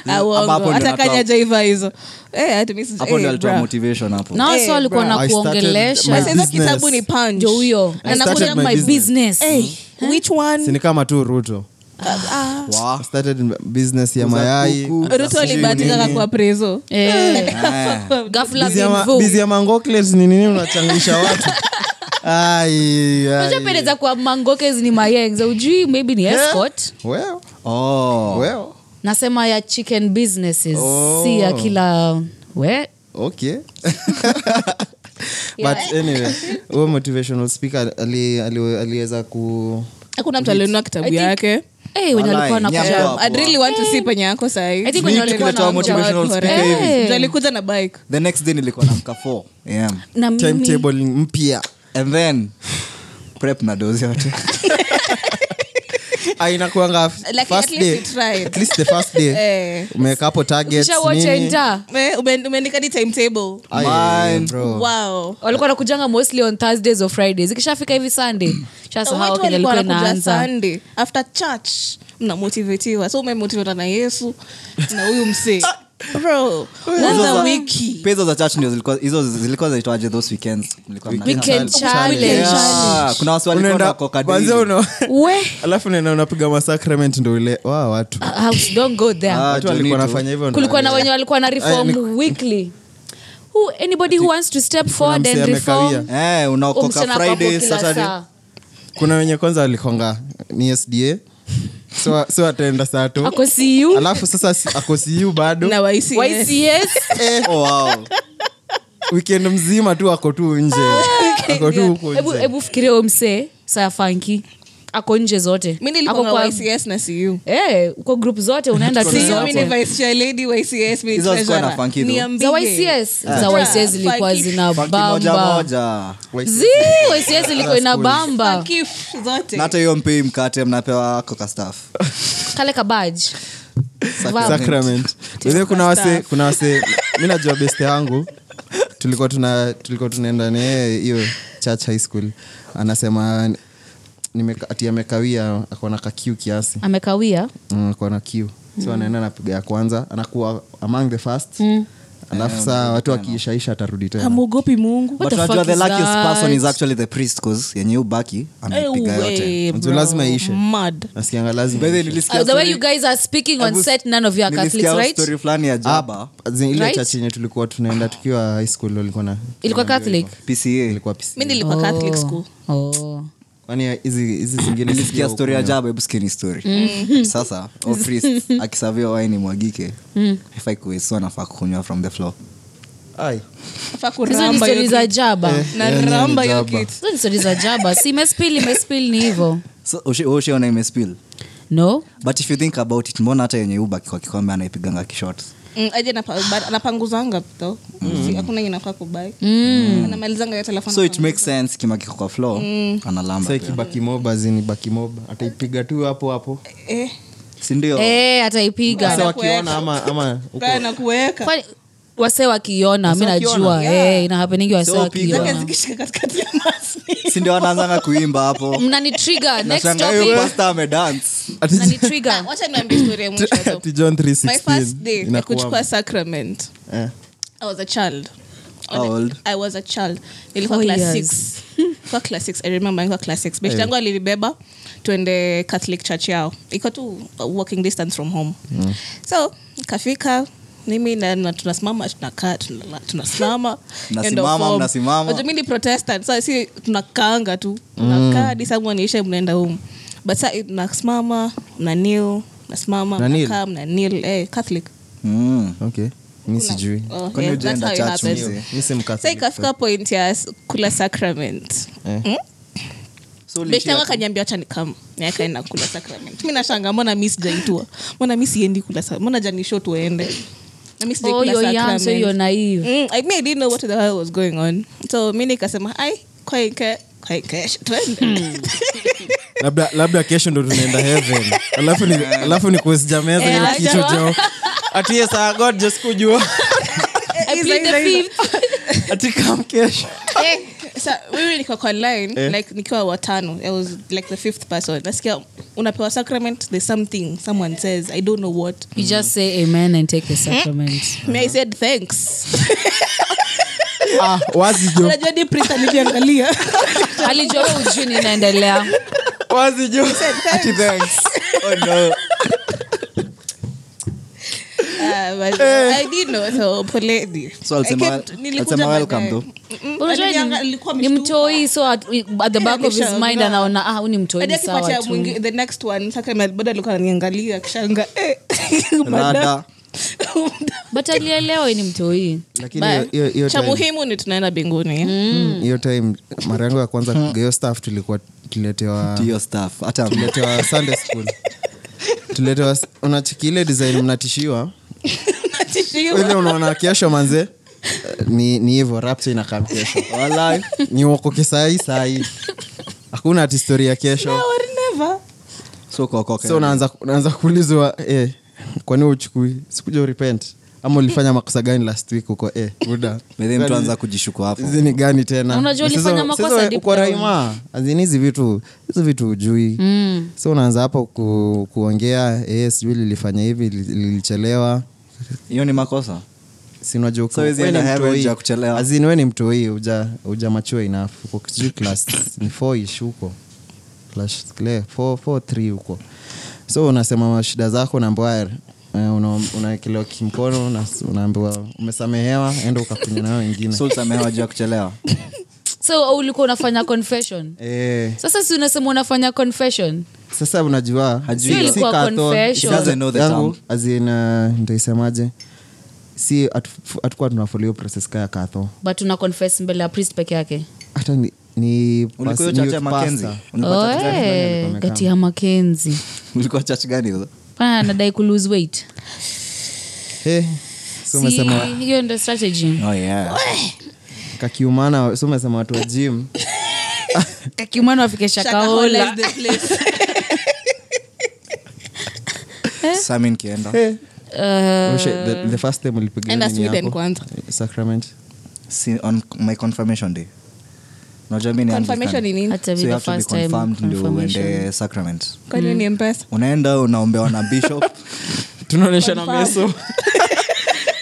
Speaker 5: Ah, uongo.
Speaker 4: hapo ndio
Speaker 5: hata
Speaker 4: natoa-
Speaker 5: kanya jaiva hizo Eh, hata mimi sija-
Speaker 4: hapo
Speaker 5: eh,
Speaker 4: ndio alitoa
Speaker 5: bra.
Speaker 4: motivation hapo
Speaker 2: na
Speaker 5: Eh,
Speaker 2: waso walikuwa
Speaker 5: bro.
Speaker 2: na
Speaker 3: I started my
Speaker 5: Sasa
Speaker 2: kuongelesha
Speaker 3: business.
Speaker 5: hizo kitabu ni punch.
Speaker 2: jo huyo
Speaker 3: I
Speaker 2: anakuja
Speaker 3: started my
Speaker 2: my
Speaker 3: business.
Speaker 2: business
Speaker 5: Eh, which one?
Speaker 3: sini kama tu ruto
Speaker 5: Ah.
Speaker 4: Wow.
Speaker 3: I started business ya
Speaker 4: Kuuza
Speaker 3: mayai
Speaker 4: kuku.
Speaker 5: ruto alibahatika kakuwa preso
Speaker 2: Eh,
Speaker 3: Ah.
Speaker 2: ghafla
Speaker 3: Bizi ya ma-
Speaker 2: bimvu.
Speaker 3: bizi ya mangoklet ni nini unachangisha watu Ai, ai.
Speaker 2: Unajua pia inaweza kuwa mangokes ni mayengs ujui maybe ni escort
Speaker 3: Well,
Speaker 4: Oh.
Speaker 3: well,
Speaker 2: nasema ya chicken businesses
Speaker 3: Oh.
Speaker 2: si ya kila we Eh,
Speaker 3: okay. but anyway huyo motivational speaker ali- ali- aliweza ku
Speaker 5: hakuna mtu alinunua kitabu yake
Speaker 2: hey, wenye walikuwa
Speaker 4: Walai,
Speaker 2: wanakuja-
Speaker 4: nyambo.
Speaker 5: I really want to see penye yako
Speaker 2: I think
Speaker 5: sahiialikuja
Speaker 2: wenye
Speaker 4: Ni
Speaker 2: walikuwa
Speaker 4: kileta wa
Speaker 2: wanakuja-
Speaker 4: motivational speaker
Speaker 2: Eh.
Speaker 4: hivi.
Speaker 5: na bike
Speaker 4: the next day nilikuwa namka 4 am
Speaker 2: na
Speaker 5: Mm-hmm.
Speaker 2: mimi
Speaker 3: timetable mpya
Speaker 4: and then prep na dozi yote
Speaker 3: Ah, inakuanga f-
Speaker 5: Like,
Speaker 3: first
Speaker 5: at least
Speaker 3: day.
Speaker 5: you tried.
Speaker 3: At least the first day
Speaker 5: Eh.
Speaker 3: umeweka hapo targets
Speaker 2: kisha watch
Speaker 3: nini.
Speaker 2: and da.
Speaker 5: Eh, ume- umeandika ni timetable
Speaker 3: Ai,
Speaker 4: Man.
Speaker 3: bro.
Speaker 5: wow
Speaker 2: walikuwa nakujanga mostly on thursdays or fridays ikishafika hivi sunday shasahau
Speaker 5: watu
Speaker 2: kenye
Speaker 5: walikuwa
Speaker 2: likuwa
Speaker 5: wanakuja
Speaker 2: inaanza
Speaker 5: sunday after church mnamotivetiwa so umemotiveta na yesu na huyu msee
Speaker 4: Ah.
Speaker 5: bro
Speaker 4: Hizo
Speaker 5: anza
Speaker 4: za-
Speaker 5: wiki
Speaker 4: pia hizo za church ndio zilikuwa hizo zilikuwa zaitwaje those weekends Mlikuwa mnafanya
Speaker 2: Weekend
Speaker 4: challenge.
Speaker 2: challenge.
Speaker 4: Yeah, kuna wasi walikuwa
Speaker 3: Unaenda-
Speaker 4: wako kadiri.
Speaker 3: kwanza una-
Speaker 2: we
Speaker 3: alafu nena unapiga masacrament ndo ile wa watu
Speaker 2: Ah, ah, don't go there
Speaker 4: Ah,
Speaker 3: watu walikuwa
Speaker 4: Jonito.
Speaker 3: wanafanya hivyo ndo
Speaker 2: kulikuwa na
Speaker 3: wale- Eh,
Speaker 2: wenye walikuwa na reform
Speaker 4: Eh,
Speaker 2: weekly who anybody who wants to step forward and
Speaker 3: msee
Speaker 2: reform Oh,
Speaker 3: amekawia.
Speaker 4: Eh, unaokoka
Speaker 2: umsichana kwa hapo
Speaker 4: Friday,
Speaker 2: kila
Speaker 4: Saturday.
Speaker 2: saa.
Speaker 3: kuna wenye kwanza walikonga ni sda so, so ataenda saa tu
Speaker 2: ako siu
Speaker 3: alafu sasa si- ako siu bado Eh.
Speaker 5: na waisi
Speaker 2: ycs
Speaker 4: Oh, wow.
Speaker 3: weekend mzima tu ako tu nje
Speaker 2: Ah,
Speaker 3: ako tu huko
Speaker 2: hebu
Speaker 3: nje
Speaker 2: hebu fikiria huyo msee saa fanki ako nje zote
Speaker 5: mi
Speaker 2: Ako
Speaker 5: nilikuwa
Speaker 2: kwa-
Speaker 5: ycs na siu
Speaker 2: Eh, uko group zote unaenda tu
Speaker 5: Siu, mi ni
Speaker 2: zote
Speaker 5: vice chair lady wa YCS, mi ni
Speaker 4: Hizo zilikuwa na
Speaker 5: treasurer.
Speaker 4: funky though.
Speaker 5: Niambie.
Speaker 2: za ycs za
Speaker 5: Yeah.
Speaker 2: ycs zilikuwa
Speaker 5: Funky-
Speaker 2: zina
Speaker 4: Funky moja
Speaker 2: bamba
Speaker 4: moja
Speaker 2: zi ycs ilikuwa ina bamba
Speaker 5: Funky f- zote
Speaker 4: na hata hiyo mpei mkate mnapewa coca staff
Speaker 2: kale kabaj
Speaker 3: sacrament Wewe kuna wase kuna wase mi najua beste yangu tulikuwa tuna tulikuwa tunaenda naye hiyo church high school anasema nimeka- ati amekawia akona kakiu kiasi
Speaker 2: amekawia
Speaker 3: Mm, ako na kiu so anaenda napiga ya kwanza anakuwa among the first mm. alafu saa watu wakiishaisha atarudi tena
Speaker 5: amwogopi mungu
Speaker 2: What
Speaker 4: but
Speaker 2: the
Speaker 4: unajua
Speaker 2: fuck
Speaker 4: the
Speaker 2: is
Speaker 4: luckiest
Speaker 2: that?
Speaker 4: person is actually the priest cause yenye ubaki amepiga yote
Speaker 5: Eh,
Speaker 3: Mtu
Speaker 5: bro.
Speaker 3: lazima iishe.
Speaker 5: Mad.
Speaker 3: nasikianga lazima
Speaker 4: By the way,
Speaker 3: iishe.
Speaker 2: Uh,
Speaker 4: nilisikia
Speaker 2: the way
Speaker 4: story-
Speaker 2: you guys are speaking on
Speaker 4: Abu-
Speaker 2: set none of you are catholics
Speaker 4: nilisikia
Speaker 2: right
Speaker 4: story fulani ya jaba
Speaker 3: Ah, zi- ile
Speaker 2: Right?
Speaker 3: church yenye tulikuwa tunaenda tukiwa high school walikuwa na
Speaker 2: ilikuwa catholic
Speaker 4: pca
Speaker 3: ilikuwa
Speaker 5: mi
Speaker 3: PC.
Speaker 5: nilikuwa catholic school
Speaker 2: oh.
Speaker 3: kwani hizi hizi zingine
Speaker 4: nilisikia
Speaker 3: sijui
Speaker 4: stori ya
Speaker 3: huko.
Speaker 4: jaba hebu skini story
Speaker 2: Mm.
Speaker 4: sasa o priest akisavia waini mwagike
Speaker 2: Mm.
Speaker 4: ifai kuwesu anafaa kukunywa from the floor
Speaker 3: Ai.
Speaker 5: Faa
Speaker 2: hizo ni
Speaker 5: kuramba
Speaker 2: stori
Speaker 5: hiyo
Speaker 2: za
Speaker 5: kitu.
Speaker 2: jaba
Speaker 4: Eh.
Speaker 5: Na
Speaker 3: Yeah, yeah,
Speaker 5: ramba
Speaker 3: Yaani ni
Speaker 5: hiyo kitu.
Speaker 3: jaba.
Speaker 2: hizo ni stori za jaba si imespil imespil ni hivyo
Speaker 4: so ushi- ushiona imespill
Speaker 2: no
Speaker 4: but if you think about it mbona hata yenye ubaki kwa kikombe anaipiganga kishot
Speaker 5: Mm, aje napa- ba- anapanguzanga to Si- hakuna yenye nafaa kubai
Speaker 2: Mm.
Speaker 5: anamalizanga yote alafu
Speaker 4: so it
Speaker 5: anapanga-
Speaker 4: makes sense kimaki kwa floor
Speaker 2: Mm.
Speaker 4: analamba
Speaker 3: Sasa
Speaker 4: pia.
Speaker 3: ikibakimoba zini bakimoba ataipiga tu hapo hapo
Speaker 5: Eh,
Speaker 4: sindio
Speaker 2: eh ataipiga
Speaker 3: sasa
Speaker 5: Sasa
Speaker 3: wakiona
Speaker 5: kuweka.
Speaker 3: ama ama huko.
Speaker 5: Brian anakuweka.
Speaker 2: kwani wase wakiona mi najua Eh, hey, inahapeningi wase
Speaker 4: So, piga.
Speaker 5: Zake
Speaker 2: wakiona
Speaker 5: zikishika katikati ya masi.
Speaker 4: sindio anaanzanga kuimba hapo
Speaker 2: mnanitriga Mm, next
Speaker 4: Nashangaa huyo
Speaker 2: topic
Speaker 4: pastor amedance
Speaker 3: Ati-
Speaker 5: Na,
Speaker 2: mnanitriga
Speaker 5: wacha niambie story ya mwisho tu.
Speaker 3: ati John
Speaker 5: my first
Speaker 3: 316
Speaker 5: day ya kuchukua
Speaker 3: inakuwa
Speaker 5: sacrament
Speaker 3: Eh.
Speaker 5: i was a child
Speaker 4: How old?
Speaker 5: i was a child nilikuwa
Speaker 2: Four
Speaker 5: class
Speaker 2: years.
Speaker 5: six kwa class six i remember nilikuwa class six
Speaker 4: Eh.
Speaker 5: best yangu alinibeba tuende catholic church yao iko tu uh, walking distance from home
Speaker 4: Mm.
Speaker 5: so kafika mimi na, na tunasimama tunakaa tunala- tunasimama
Speaker 4: Mnasimama,
Speaker 5: end of form.
Speaker 4: mnasimama. Mm.
Speaker 5: Unajua mimi ni protestant so si tunakaanga tu tunakaa hadi someone ishe mnaenda home but sa nasimama mnanil nasimama
Speaker 3: Mnanil?
Speaker 5: mnakaa mnanil eh, catholic
Speaker 4: Mm.
Speaker 3: okay mi sijui
Speaker 5: Oh,
Speaker 4: Kwani
Speaker 5: yeah,
Speaker 4: ujue
Speaker 5: that's
Speaker 4: enda
Speaker 5: how it
Speaker 4: church
Speaker 5: happens.
Speaker 4: mzee?
Speaker 3: mi si
Speaker 5: Sasa
Speaker 3: mkatoliki.
Speaker 5: ikafika point ya s- kula sacrament
Speaker 3: Eh.
Speaker 5: Mm?
Speaker 4: So
Speaker 5: Beshte yangu
Speaker 4: ulishia-
Speaker 5: akaniambia wacha nikam nikaenda kula sacrament mi nashanga mbona mi sijaitua mbona mi siendi kula sa- mbona janisho tuende Na mi sijai
Speaker 2: oh,
Speaker 5: kula
Speaker 2: you're young, so
Speaker 5: sacrament. Hmm,
Speaker 2: you're naive
Speaker 5: Mm, I mean, I didn't know what the hell was going on. So mi nikasema ai kwaike "Hai, kesho twende."
Speaker 3: labda labda kesho ndo tunaenda heaven alafu ni, alafu ni kusijameza
Speaker 2: Eh,
Speaker 3: hiyo
Speaker 2: acha
Speaker 3: kichwa
Speaker 2: wa-
Speaker 3: chao atiye saa ah, god just kujua
Speaker 2: I plead the fifth.
Speaker 3: ati kam kesho
Speaker 5: Eh, sa- wewe niko kwa line like nikiwa watano i was like the fifth person nasikia unapewa sacrament there's something someone says i don't know what
Speaker 2: You just say amen and take the sacrament.
Speaker 5: me i said thanks
Speaker 3: ah, wazijo
Speaker 5: unajua di priest alivyoangalia
Speaker 2: alijua we ujui ninaendelea
Speaker 3: wazijo ati thanks oh no
Speaker 5: Ah, but I didn't know, so poleni.
Speaker 4: So alisema-
Speaker 5: I came- nilikuja
Speaker 4: alisema
Speaker 5: baadaye.
Speaker 4: welcome though.
Speaker 5: Mm, mm,
Speaker 2: Unajua
Speaker 5: alinianga-
Speaker 2: ni-
Speaker 5: alikuwa
Speaker 2: ni
Speaker 5: ameshtuka.
Speaker 2: mtoi so at, at the back of his
Speaker 5: Alishangaa.
Speaker 2: mind anaona ah, huyu ni mtoi
Speaker 5: Hadi
Speaker 2: sawa
Speaker 5: akipatia
Speaker 2: tu
Speaker 5: mwingi- the next one sacrament, bado alikuwa ananiangalia akishanga eh, madam.
Speaker 4: rada
Speaker 2: but alielewa yeye ni mtoi
Speaker 3: lakini
Speaker 5: Bye.
Speaker 3: hiyo- hiyo- hiyo
Speaker 5: cha
Speaker 3: time-
Speaker 5: muhimu ni tunaenda binguni
Speaker 3: mm, hiyo time mara yangu ya kwanza kupiga hiyo staff tulikuwa tuletewa
Speaker 4: hiyo staff hata
Speaker 3: tuletewa sunday school tuletewa unachiki ile design mnatishiwa
Speaker 5: Natishiwa.
Speaker 3: ile unaona kesho manze ni ni hivyo rapto inakam kesho Walai, ni woko kisai sai hakuna ati story ya kesho
Speaker 5: Or Oh, never.
Speaker 4: so kuokoka.
Speaker 3: so unaanza unaanza kuulizwa eh, kwani uchukui sikuja repent ama ulifanya makosa gani last week huko eh, buda
Speaker 4: Maybe mtu anza kujishuku hapo
Speaker 3: hizi ni gani tena
Speaker 2: Unajua
Speaker 3: Na sasa-
Speaker 2: ulifanya makosa
Speaker 3: sasa
Speaker 2: deep
Speaker 3: uko
Speaker 2: down.
Speaker 3: raima azini hizi vitu hizi vitu ujui mm. so unaanza hapo ku, kuongea eh, sijui lilifanya hivi li- lilichelewa
Speaker 4: hiyo ni makosa So hizi enda average ya kuchelewa.
Speaker 3: azini we ni mtoi uja, uja machua enough uko sijui class ni four ish huko Class clear, four- four three huko so unasema shida zako naambiwa unaekelewa una kimkono na- unaambiwa umesamehewa enda ukakunya nayo wengine
Speaker 4: so usamehewa juu ya kuchelewa
Speaker 2: so ulikuwa unafanya confession
Speaker 3: eh,
Speaker 2: sasa si unasema unafanya confession
Speaker 3: sasa unajua
Speaker 4: Hajui.
Speaker 2: Sio
Speaker 4: Si
Speaker 2: ilikuwa
Speaker 3: kato-
Speaker 2: confession.
Speaker 4: It doesn't know the
Speaker 3: yangu,
Speaker 4: term.
Speaker 3: as in, uh, nitaisemaje si hatu- hatukuwa tunafolio process kaya katho
Speaker 2: but una confess mbele ya priest peke yake
Speaker 3: hata ni, ni pas-
Speaker 4: ulikuwa
Speaker 3: ni
Speaker 4: chache
Speaker 3: youth
Speaker 4: makenzi
Speaker 3: pastor.
Speaker 2: Oh, eh, kati ya makenzi
Speaker 4: ulikuwa chach gani hizo
Speaker 2: pana anadai ku lose weight
Speaker 3: Eh, so umesema
Speaker 2: Si, hiyo ndo strategy
Speaker 4: oh, yeah.
Speaker 3: kakiumana so umesema watu wa jim
Speaker 2: kakiumani wafike
Speaker 5: Shaka hole is
Speaker 2: shakaola
Speaker 5: the place.
Speaker 4: Sasa mi nikienda
Speaker 2: uh,
Speaker 3: Oh, shit, Eh, the, the first time ulipiga
Speaker 5: Enda
Speaker 3: nini
Speaker 5: Sweden
Speaker 3: hapo?
Speaker 5: kwanza.
Speaker 3: Sacrament.
Speaker 4: si on my confirmation day unajua mi ni
Speaker 5: Confirmation ni
Speaker 4: Anglican.
Speaker 5: nini?
Speaker 2: hata be
Speaker 4: So you
Speaker 2: the
Speaker 4: have to be
Speaker 2: first time
Speaker 4: confirmed ndio
Speaker 2: confirmation.
Speaker 4: uende sacrament
Speaker 5: Kwani ni M-Pesa?
Speaker 4: unaenda unaombewa na bishop
Speaker 3: tunaonyesha na
Speaker 5: Confirm.
Speaker 3: meso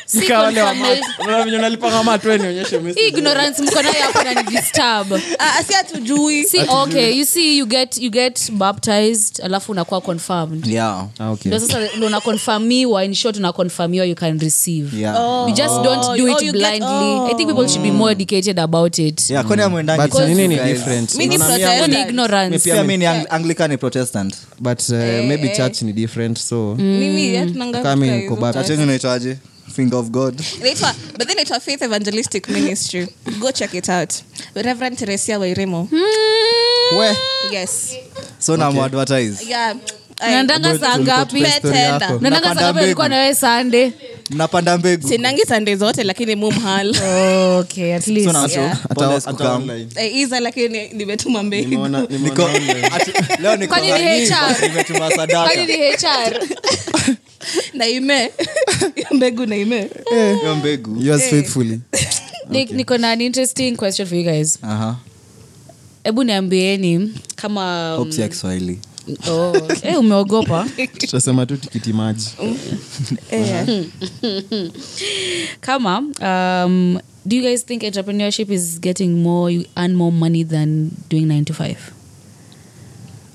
Speaker 2: Si confirmation.
Speaker 3: nalipanga matwenionyeshe
Speaker 2: Hii ignorance mko nayo hapo na disturb
Speaker 5: Ah, si hatujui
Speaker 2: see okay you see you get you get baptized alafu unakuwa confirmed
Speaker 4: yeah.
Speaker 3: Ah,
Speaker 2: ndo sasa ndo unakonfirmiwa in short unakonfirmiwa you can receive
Speaker 4: Yeah. Mm.
Speaker 2: you just don't do
Speaker 5: oh,
Speaker 2: it
Speaker 5: you get-
Speaker 2: blindly i think people should be more educated about it
Speaker 4: Yeah, kwani hamwendangi
Speaker 3: Mm. But
Speaker 4: church,
Speaker 3: nini ni
Speaker 4: you guys?
Speaker 3: different?
Speaker 5: Mi ni
Speaker 3: Unaona, mi-
Speaker 2: Hiyo ni
Speaker 5: Protestant.
Speaker 2: ignorance
Speaker 4: Pia mi ni Ang- anglican ni protestant
Speaker 3: but uh, maybe church ni different so
Speaker 5: Mimi,
Speaker 2: Mm.
Speaker 5: eh, tunangaa
Speaker 3: Kama
Speaker 5: katika
Speaker 3: niko
Speaker 5: hizo
Speaker 3: baptized.
Speaker 4: church yenyu naitwaje finger of god
Speaker 5: inaitwa but then inaitwa faith evangelistic ministry go check it out reverend teresia wairemo
Speaker 2: Hmm?
Speaker 3: we
Speaker 5: yes
Speaker 4: so namadvertise
Speaker 5: yeah I-
Speaker 2: naendanga saa ngapi
Speaker 5: Pet tender.
Speaker 3: yako.
Speaker 2: naendanga saa
Speaker 4: Napanda
Speaker 2: ngapi alikuwa
Speaker 4: mbegu.
Speaker 2: nawe sande
Speaker 4: mnapanda mbegu
Speaker 5: sinangi sande zote lakini mumhal
Speaker 2: okay at least
Speaker 4: na-
Speaker 5: Yeah.
Speaker 3: hata
Speaker 4: Pole
Speaker 3: hata
Speaker 4: kukaa.
Speaker 3: online
Speaker 5: iza Eh, lakini nimetuma mbegu
Speaker 3: Nimeona-
Speaker 4: Niko-
Speaker 3: nimeona online.
Speaker 4: Ati- leo niko
Speaker 2: Kwani ni
Speaker 4: nani?
Speaker 2: HR?
Speaker 4: Nimetuma
Speaker 2: kwani
Speaker 4: sadaka.
Speaker 2: ni hr
Speaker 5: na ime mbegu na ime
Speaker 4: Hiyo mbegu
Speaker 3: Yours faithfully
Speaker 2: Ni- niko na an interesting question for you guys
Speaker 4: Aha.
Speaker 2: hebu niambieni kama
Speaker 4: Hope si ya kiswahili
Speaker 2: oh, eh, umeogopa
Speaker 3: tutasema tu tikiti maji
Speaker 5: Mm.
Speaker 2: kama um, do you guys think entrepreneurship is getting more you earn more money than doing 9 to 5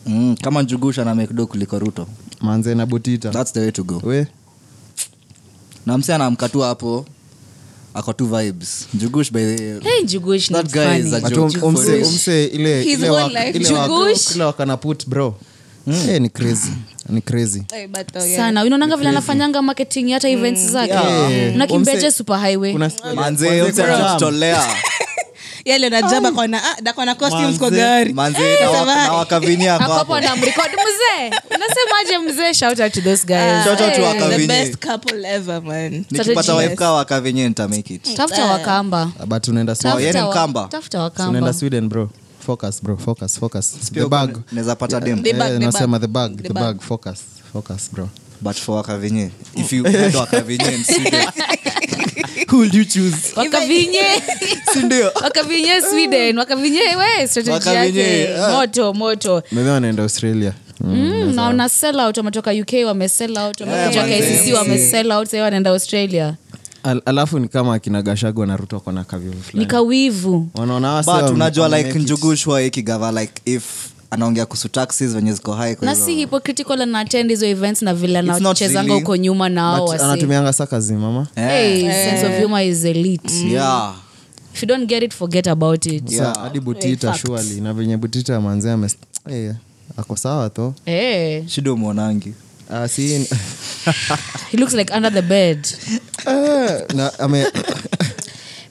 Speaker 4: Mm, kama njugusha na mekdo kuliko ruto
Speaker 3: manze na butita
Speaker 4: thats the way to go
Speaker 3: we
Speaker 4: na mse anamkatua hapo ako tu vibes njugush by the
Speaker 2: hey, jugush
Speaker 4: That
Speaker 2: not
Speaker 4: guy is
Speaker 2: funny.
Speaker 4: a
Speaker 3: But
Speaker 4: Joe
Speaker 3: um-
Speaker 4: Jugush.
Speaker 3: umse umse ile
Speaker 5: His
Speaker 3: ile
Speaker 5: whole
Speaker 3: wak-
Speaker 5: life,
Speaker 3: ile wak-
Speaker 2: Jugush.
Speaker 3: ile wakana put bro Eh, ni crazy ni crazy
Speaker 5: Eh, but, oh, yeah.
Speaker 2: sana unaonanga vile anafanyanga marketing hata events zake
Speaker 3: Yeah.
Speaker 2: unakimbia
Speaker 3: Umse-
Speaker 2: je super highway
Speaker 3: Kuna-
Speaker 4: manze mse
Speaker 3: kuna-
Speaker 4: anajitolea
Speaker 5: yale najaba kona ah, dakona costumes kwa
Speaker 3: Manze,
Speaker 5: gari
Speaker 4: manze na waka- na wakavinia
Speaker 2: Hapo
Speaker 4: ako
Speaker 2: hapo
Speaker 4: hapo
Speaker 2: na mrecord mzee unasemaje mzee shout out to those guys
Speaker 4: Shout out to
Speaker 2: Eh,
Speaker 4: waka-
Speaker 5: the
Speaker 4: Kavinye.
Speaker 5: best couple ever man
Speaker 4: nikipata
Speaker 2: Strategy.
Speaker 4: wife kaa wakavinye nitamake it
Speaker 2: tafuta wakamba
Speaker 3: but unaenda
Speaker 4: Oh,
Speaker 3: Sweden.
Speaker 4: yeah. yeye ni
Speaker 2: Tafuta wa-
Speaker 4: Mkamba.
Speaker 2: tafuta
Speaker 3: unaenda
Speaker 2: wakamba
Speaker 3: sweden bro focus bro focus focus
Speaker 4: Pia
Speaker 3: the
Speaker 4: uko-
Speaker 3: bag
Speaker 4: naweza pata dem
Speaker 5: The bag,
Speaker 3: Eh,
Speaker 5: the
Speaker 3: nasema
Speaker 5: bag.
Speaker 3: the bag
Speaker 5: The
Speaker 3: the
Speaker 5: bag.
Speaker 3: bag focus focus bro
Speaker 4: but for wakavinye if you had wakavinye and Sweden, who would you choose
Speaker 2: wakavinye
Speaker 4: sindio
Speaker 2: wakavinye sweden wakavinye we strategy
Speaker 4: Wakavinye,
Speaker 2: yake
Speaker 4: ah.
Speaker 2: moto moto
Speaker 3: maybe wanaenda australia
Speaker 2: Mm, na wana sell out wametoka uk wamesell out wamekuja
Speaker 4: manze,
Speaker 2: kicc
Speaker 4: MC.
Speaker 2: wamesell out sahii wanaenda australia
Speaker 3: Al- alafu ni kama akina gashago na ruto kona kavivu
Speaker 2: ni
Speaker 3: fulani
Speaker 2: kawivu
Speaker 3: wanaona hawa
Speaker 4: but
Speaker 3: sio-
Speaker 4: unajua like
Speaker 3: wamake it.
Speaker 4: njugushwa ikigava like if anaongea kuhusu taxes venye ziko high kwa
Speaker 2: na
Speaker 4: hivyo.
Speaker 2: si hypocritical anaattend hizo events na vile
Speaker 4: not
Speaker 2: anachezanga
Speaker 4: really,
Speaker 2: huko nyuma na ao
Speaker 3: But anatumianga sakazi mama
Speaker 4: Eh,
Speaker 2: Mm.
Speaker 4: yeah.
Speaker 2: if you don't get it forget about it
Speaker 3: Sa- hadi butita shuali na venye butita manzee ames Eh, ako sawa to
Speaker 2: Eh,
Speaker 4: shida umwonangi
Speaker 3: Ah, si
Speaker 2: he looks like under the bed
Speaker 3: Eh, na ame
Speaker 5: Enter-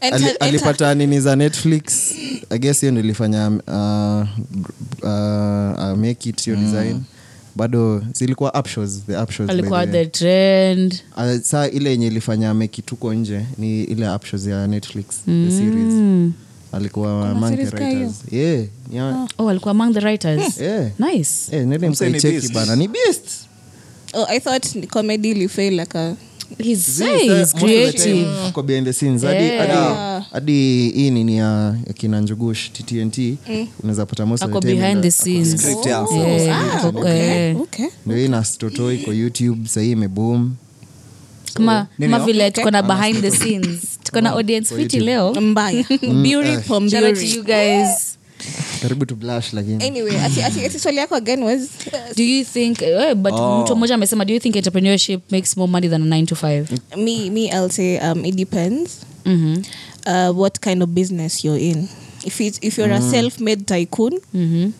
Speaker 3: ali-
Speaker 5: enter-
Speaker 3: alipata nini za netflix I guess hiyo ah, nilifanya ah, make it
Speaker 4: Mm.
Speaker 3: hiyo design bado zilikuwa upshows, the upshows by the
Speaker 2: alikuwa
Speaker 3: way.
Speaker 2: the trend
Speaker 3: Ah, saa ile yenye ilifanya make it huko nje ni ile upshows ya netflix the
Speaker 2: Hmm.
Speaker 3: series alikuwa monkey writers yeah, yeah.
Speaker 2: oh alikuwa among the writers
Speaker 3: Yeah.
Speaker 2: nice
Speaker 3: Eh, nende
Speaker 4: Msee ni
Speaker 3: mkaicheki
Speaker 4: beast.
Speaker 3: bana ni beast
Speaker 5: oh, i thought comedy ilifail like a
Speaker 2: he's,
Speaker 3: Zee,
Speaker 2: hey,
Speaker 3: eh,
Speaker 2: he's
Speaker 3: most of the time
Speaker 2: creative
Speaker 3: ako behind the scenes hadi
Speaker 2: Yeah.
Speaker 3: hadi- hadi hii nini ya ya kina njugush ttnt unaweza pata most of
Speaker 2: Eh. ako
Speaker 3: the time
Speaker 2: behind
Speaker 3: ndo-
Speaker 2: the scenes
Speaker 4: script ya.
Speaker 2: Yeah, ako-
Speaker 3: Ah,
Speaker 2: eh.
Speaker 5: okay
Speaker 3: ndio hii nastoto iko youtube sahii imeboom
Speaker 2: kama
Speaker 4: Nini,
Speaker 2: kama
Speaker 4: no?
Speaker 2: vile tuko na behind the scenes tuko na audience fiti leo
Speaker 5: mbaya Beauty for
Speaker 2: Shout out to
Speaker 5: beauty.
Speaker 2: you guys
Speaker 3: karibu to blush lakini
Speaker 5: anyway ati- ati ati swali yako again was
Speaker 2: do you think eh, but mtu mmoja amesema do you think entrepreneurship makes more money than a 9 to 5
Speaker 5: me me i'll say um it depends
Speaker 2: Mhm.
Speaker 5: uh, what kind of business you're in. If it's, if you're
Speaker 3: Mm.
Speaker 5: a self-made tycoon,
Speaker 2: Mhm.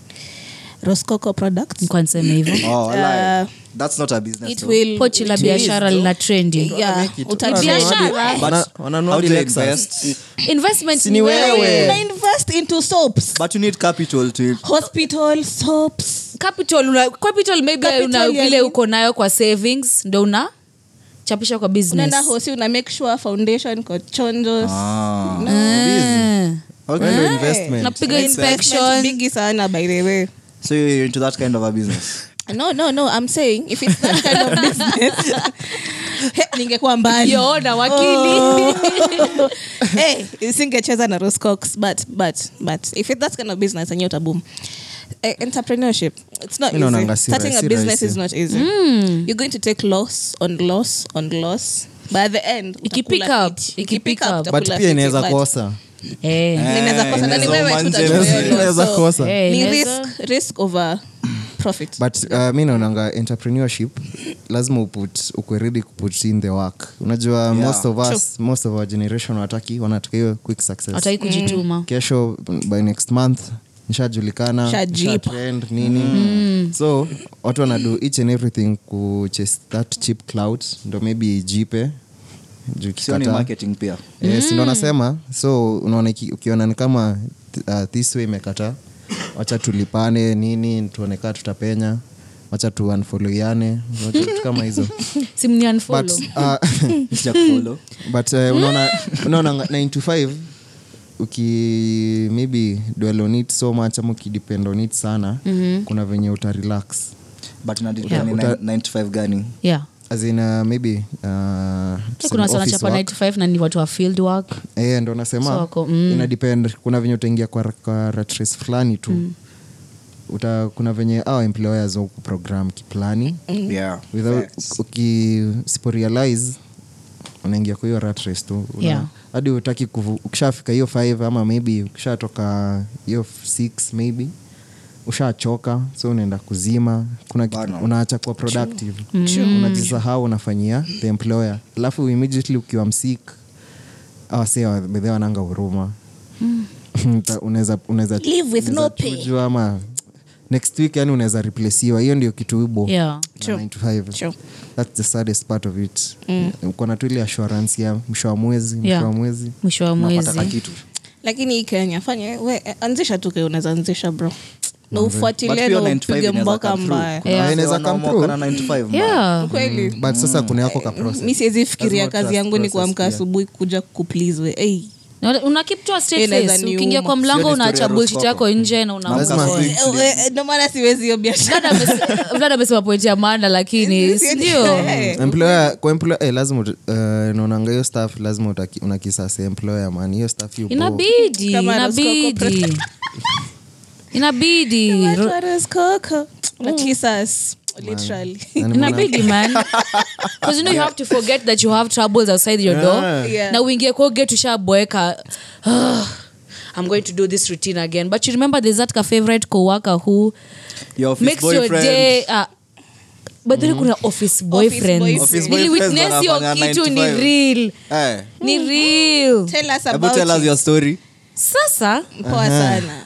Speaker 5: Roscoco products,
Speaker 2: Nilikuwa niseme hivyo
Speaker 4: oh,
Speaker 5: Uh,
Speaker 4: like, that's not a business
Speaker 5: it
Speaker 4: though.
Speaker 5: will
Speaker 2: pochi la biashara lina trendi
Speaker 5: yeah, uta-
Speaker 2: biashara
Speaker 4: But
Speaker 3: Wana- wananua
Speaker 4: how to
Speaker 3: Lexus.
Speaker 2: Mm.
Speaker 4: invest,
Speaker 2: investment
Speaker 3: ni
Speaker 2: ni wewe
Speaker 3: wewe.
Speaker 5: Una invest into soaps,
Speaker 4: but you need capital to
Speaker 5: hospital soaps.
Speaker 2: capital una, capital maybe
Speaker 5: Capital
Speaker 2: una
Speaker 5: ya
Speaker 2: ile
Speaker 5: nini?
Speaker 2: uko nayo kwa savings ndo una chapisha kwa business
Speaker 5: Unaenda hosi una make sure foundation ko chonjos.
Speaker 4: Ah.
Speaker 2: Eh,
Speaker 4: Okay.
Speaker 3: Wanaenda investment
Speaker 2: unapiga
Speaker 5: Investment
Speaker 2: inspection
Speaker 5: Biggie sana by the way.
Speaker 4: so you're into that kind of a business
Speaker 5: No, no, no, I'm saying if it's that kind of business. ningekuwa mbali
Speaker 2: yoona
Speaker 5: Oh.
Speaker 2: wakili
Speaker 5: hey, singecheza na Rose Cox, but but but if it, that's kind of business and you're taboom. Eh, entrepreneurship it's not
Speaker 3: Mi naona
Speaker 5: easy
Speaker 3: nga si
Speaker 5: starting a
Speaker 3: rahisi,
Speaker 5: business
Speaker 3: rahisi.
Speaker 5: is not easy
Speaker 2: Hmm.
Speaker 5: you're going to take loss on loss on loss by the end
Speaker 2: Iki
Speaker 5: utakula
Speaker 2: pick up,
Speaker 5: fiti.
Speaker 2: iki
Speaker 5: Iki
Speaker 2: pick
Speaker 5: pick
Speaker 2: up.
Speaker 5: up,
Speaker 2: But
Speaker 5: utakula
Speaker 3: but
Speaker 5: fiti,
Speaker 3: pia inaweza
Speaker 5: but-
Speaker 3: kosa
Speaker 2: Eh,
Speaker 5: Na inaweza kosa, na ni
Speaker 4: inaweza
Speaker 5: wewe tu
Speaker 4: umanje-
Speaker 5: utajua hiyo loss.
Speaker 3: inaweza
Speaker 5: So,
Speaker 3: kosa
Speaker 2: Eh,
Speaker 5: ni
Speaker 2: inaweza-
Speaker 5: risk risk over profit
Speaker 3: but uh, mi naonanga entrepreneurship lazima uput ukwe ready kuput in the work unajua yeah. most of us most of our generation wataki wanataka hiyo quick success
Speaker 2: hataki kujituma
Speaker 3: kesho by next month nishajulikana
Speaker 5: Nishajipa.
Speaker 3: nishatrend, nini mm. so watu wanadu each and everything kuchase that cheap cloud ndo maybe ijipe juu
Speaker 4: sio ni
Speaker 3: ikikataa-
Speaker 4: marketing pia
Speaker 3: Eh, si ndo anasema so unaona iki- ukiona ni kama uh, this way imekataa wacha tulipane nini tuone kaa tutapenya wacha tuanfoloiane vitu kama hizo
Speaker 2: simni
Speaker 3: but,
Speaker 2: unfollow
Speaker 3: uh,
Speaker 4: sijakufolo
Speaker 3: but uh, unaona
Speaker 2: Mm.
Speaker 3: unaona 9 to 5 uki maybe dwell on it so much ama ukidepend on it sana
Speaker 2: Mhm.
Speaker 3: mm-hmm. kuna venye uta relax
Speaker 4: but nadipani
Speaker 3: Uta-
Speaker 4: 95 gani
Speaker 2: yeah
Speaker 3: as in uh, maybe uh,
Speaker 2: kuna
Speaker 3: tuseme
Speaker 2: watu
Speaker 3: office
Speaker 2: wanachapa
Speaker 3: work.
Speaker 2: 95 na ni watu wa field work
Speaker 3: Eh, ndo nasema
Speaker 2: So wako, mm.
Speaker 3: ina depend kuna venye utaingia kwa, kwa rat race fulani tu mm. Uta, kuna venye au employers wakuprogram kiplani
Speaker 2: Mm.
Speaker 4: yeah
Speaker 3: without ukisiporealize unaingia kwa hiyo rat race tu Una-
Speaker 2: Yeah.
Speaker 3: hadi utaki ukishafika hiyo five ama maybe ukishatoka hiyo f- six maybe ushachoka so unaenda kuzima kuna kitu-
Speaker 4: Bana.
Speaker 3: unaacha kuwa productive
Speaker 2: Mm.
Speaker 3: unajisahau unafanyia the employer alafu immediately ukiwa ah, msik awasebedhe wananga huruma
Speaker 2: Mm.
Speaker 3: Uta- unaweza- unaweza-
Speaker 5: Live with
Speaker 3: unaweza
Speaker 5: no pay.
Speaker 3: chujwa ama next week yani unaweza replaceiwa hiyo ndio kitu ibo
Speaker 2: yeah
Speaker 5: True.
Speaker 3: na 9 to 5.
Speaker 5: True.
Speaker 3: That's the saddest part of it Eh, uko na tu ile assurance ya mwisho wa mwezi mwisho
Speaker 2: Mm. Yeah.
Speaker 3: wa mwezi
Speaker 2: mwisho wa
Speaker 4: unapata ka
Speaker 2: mwezi
Speaker 4: kitu
Speaker 5: lakini hii kenya fanye we anzisha tu ke unaweza anzisha bro na
Speaker 4: But
Speaker 5: ufuatilie
Speaker 4: pia
Speaker 5: na
Speaker 4: 95
Speaker 5: upige
Speaker 4: inaweza
Speaker 5: mboka
Speaker 4: come through.
Speaker 5: mbaya
Speaker 4: Kuna
Speaker 2: Yeah.
Speaker 4: wazee
Speaker 3: Inaweza come
Speaker 4: wanaomoka
Speaker 3: through.
Speaker 4: na 95 mbaya.
Speaker 2: yeah
Speaker 5: kweli
Speaker 3: Mm. but sasa kuna yako ka
Speaker 5: Eh, mi
Speaker 3: process
Speaker 5: siwezi fikiria
Speaker 3: Mm. Lazima
Speaker 5: kazi
Speaker 3: trust
Speaker 5: yangu ni
Speaker 3: process
Speaker 5: kuamka
Speaker 3: pia.
Speaker 5: asubuhi kuja kuplizwe hey.
Speaker 2: Na Na- una keep to a straight
Speaker 5: Inaweza
Speaker 2: face.
Speaker 5: niuma.
Speaker 2: ukiingia kwa mlango
Speaker 4: Sio desturi ya
Speaker 2: unaacha
Speaker 4: Rose
Speaker 2: bullshit
Speaker 4: Coco.
Speaker 2: yako nje na una
Speaker 3: Lazima
Speaker 2: walk away.
Speaker 3: si-
Speaker 5: ndomaana siwezi hiyo biashara
Speaker 2: Vlad amese- Vlad amesema point ya maana lakini
Speaker 3: Oh.
Speaker 2: sindio
Speaker 5: Eh,
Speaker 3: Mm. employer kwa employer eh, lazima ut- eh, naonanga hiyo staff lazima utaki- unakisasi employer man hiyo staff yupo
Speaker 2: inabidi
Speaker 5: Kama Rose Coco
Speaker 2: inabidi inabidi
Speaker 5: watu wa Rose Coco. Nakisas, literally.
Speaker 3: Yani mna-
Speaker 2: inabidi man because you know you have to forget that you have troubles outside your door
Speaker 5: Yeah.
Speaker 2: na uingie kwa get ushaboeka "Ugh, i'm going to do this routine again but you remember there's that ka favorite coworker who
Speaker 4: Your office
Speaker 2: makes your
Speaker 4: boyfriend. Mm.
Speaker 2: day uh, but then kuna office boyfriends
Speaker 4: Office
Speaker 2: niliwitness
Speaker 4: boyfriends
Speaker 2: hiyo
Speaker 4: wanafanya
Speaker 2: kitu ni
Speaker 4: 9 to 5.
Speaker 2: real
Speaker 4: Eh,
Speaker 2: ni real
Speaker 5: Tell us
Speaker 4: hebu
Speaker 5: about
Speaker 4: tell us
Speaker 5: it.
Speaker 4: your story.
Speaker 2: sasa
Speaker 5: Poa sana.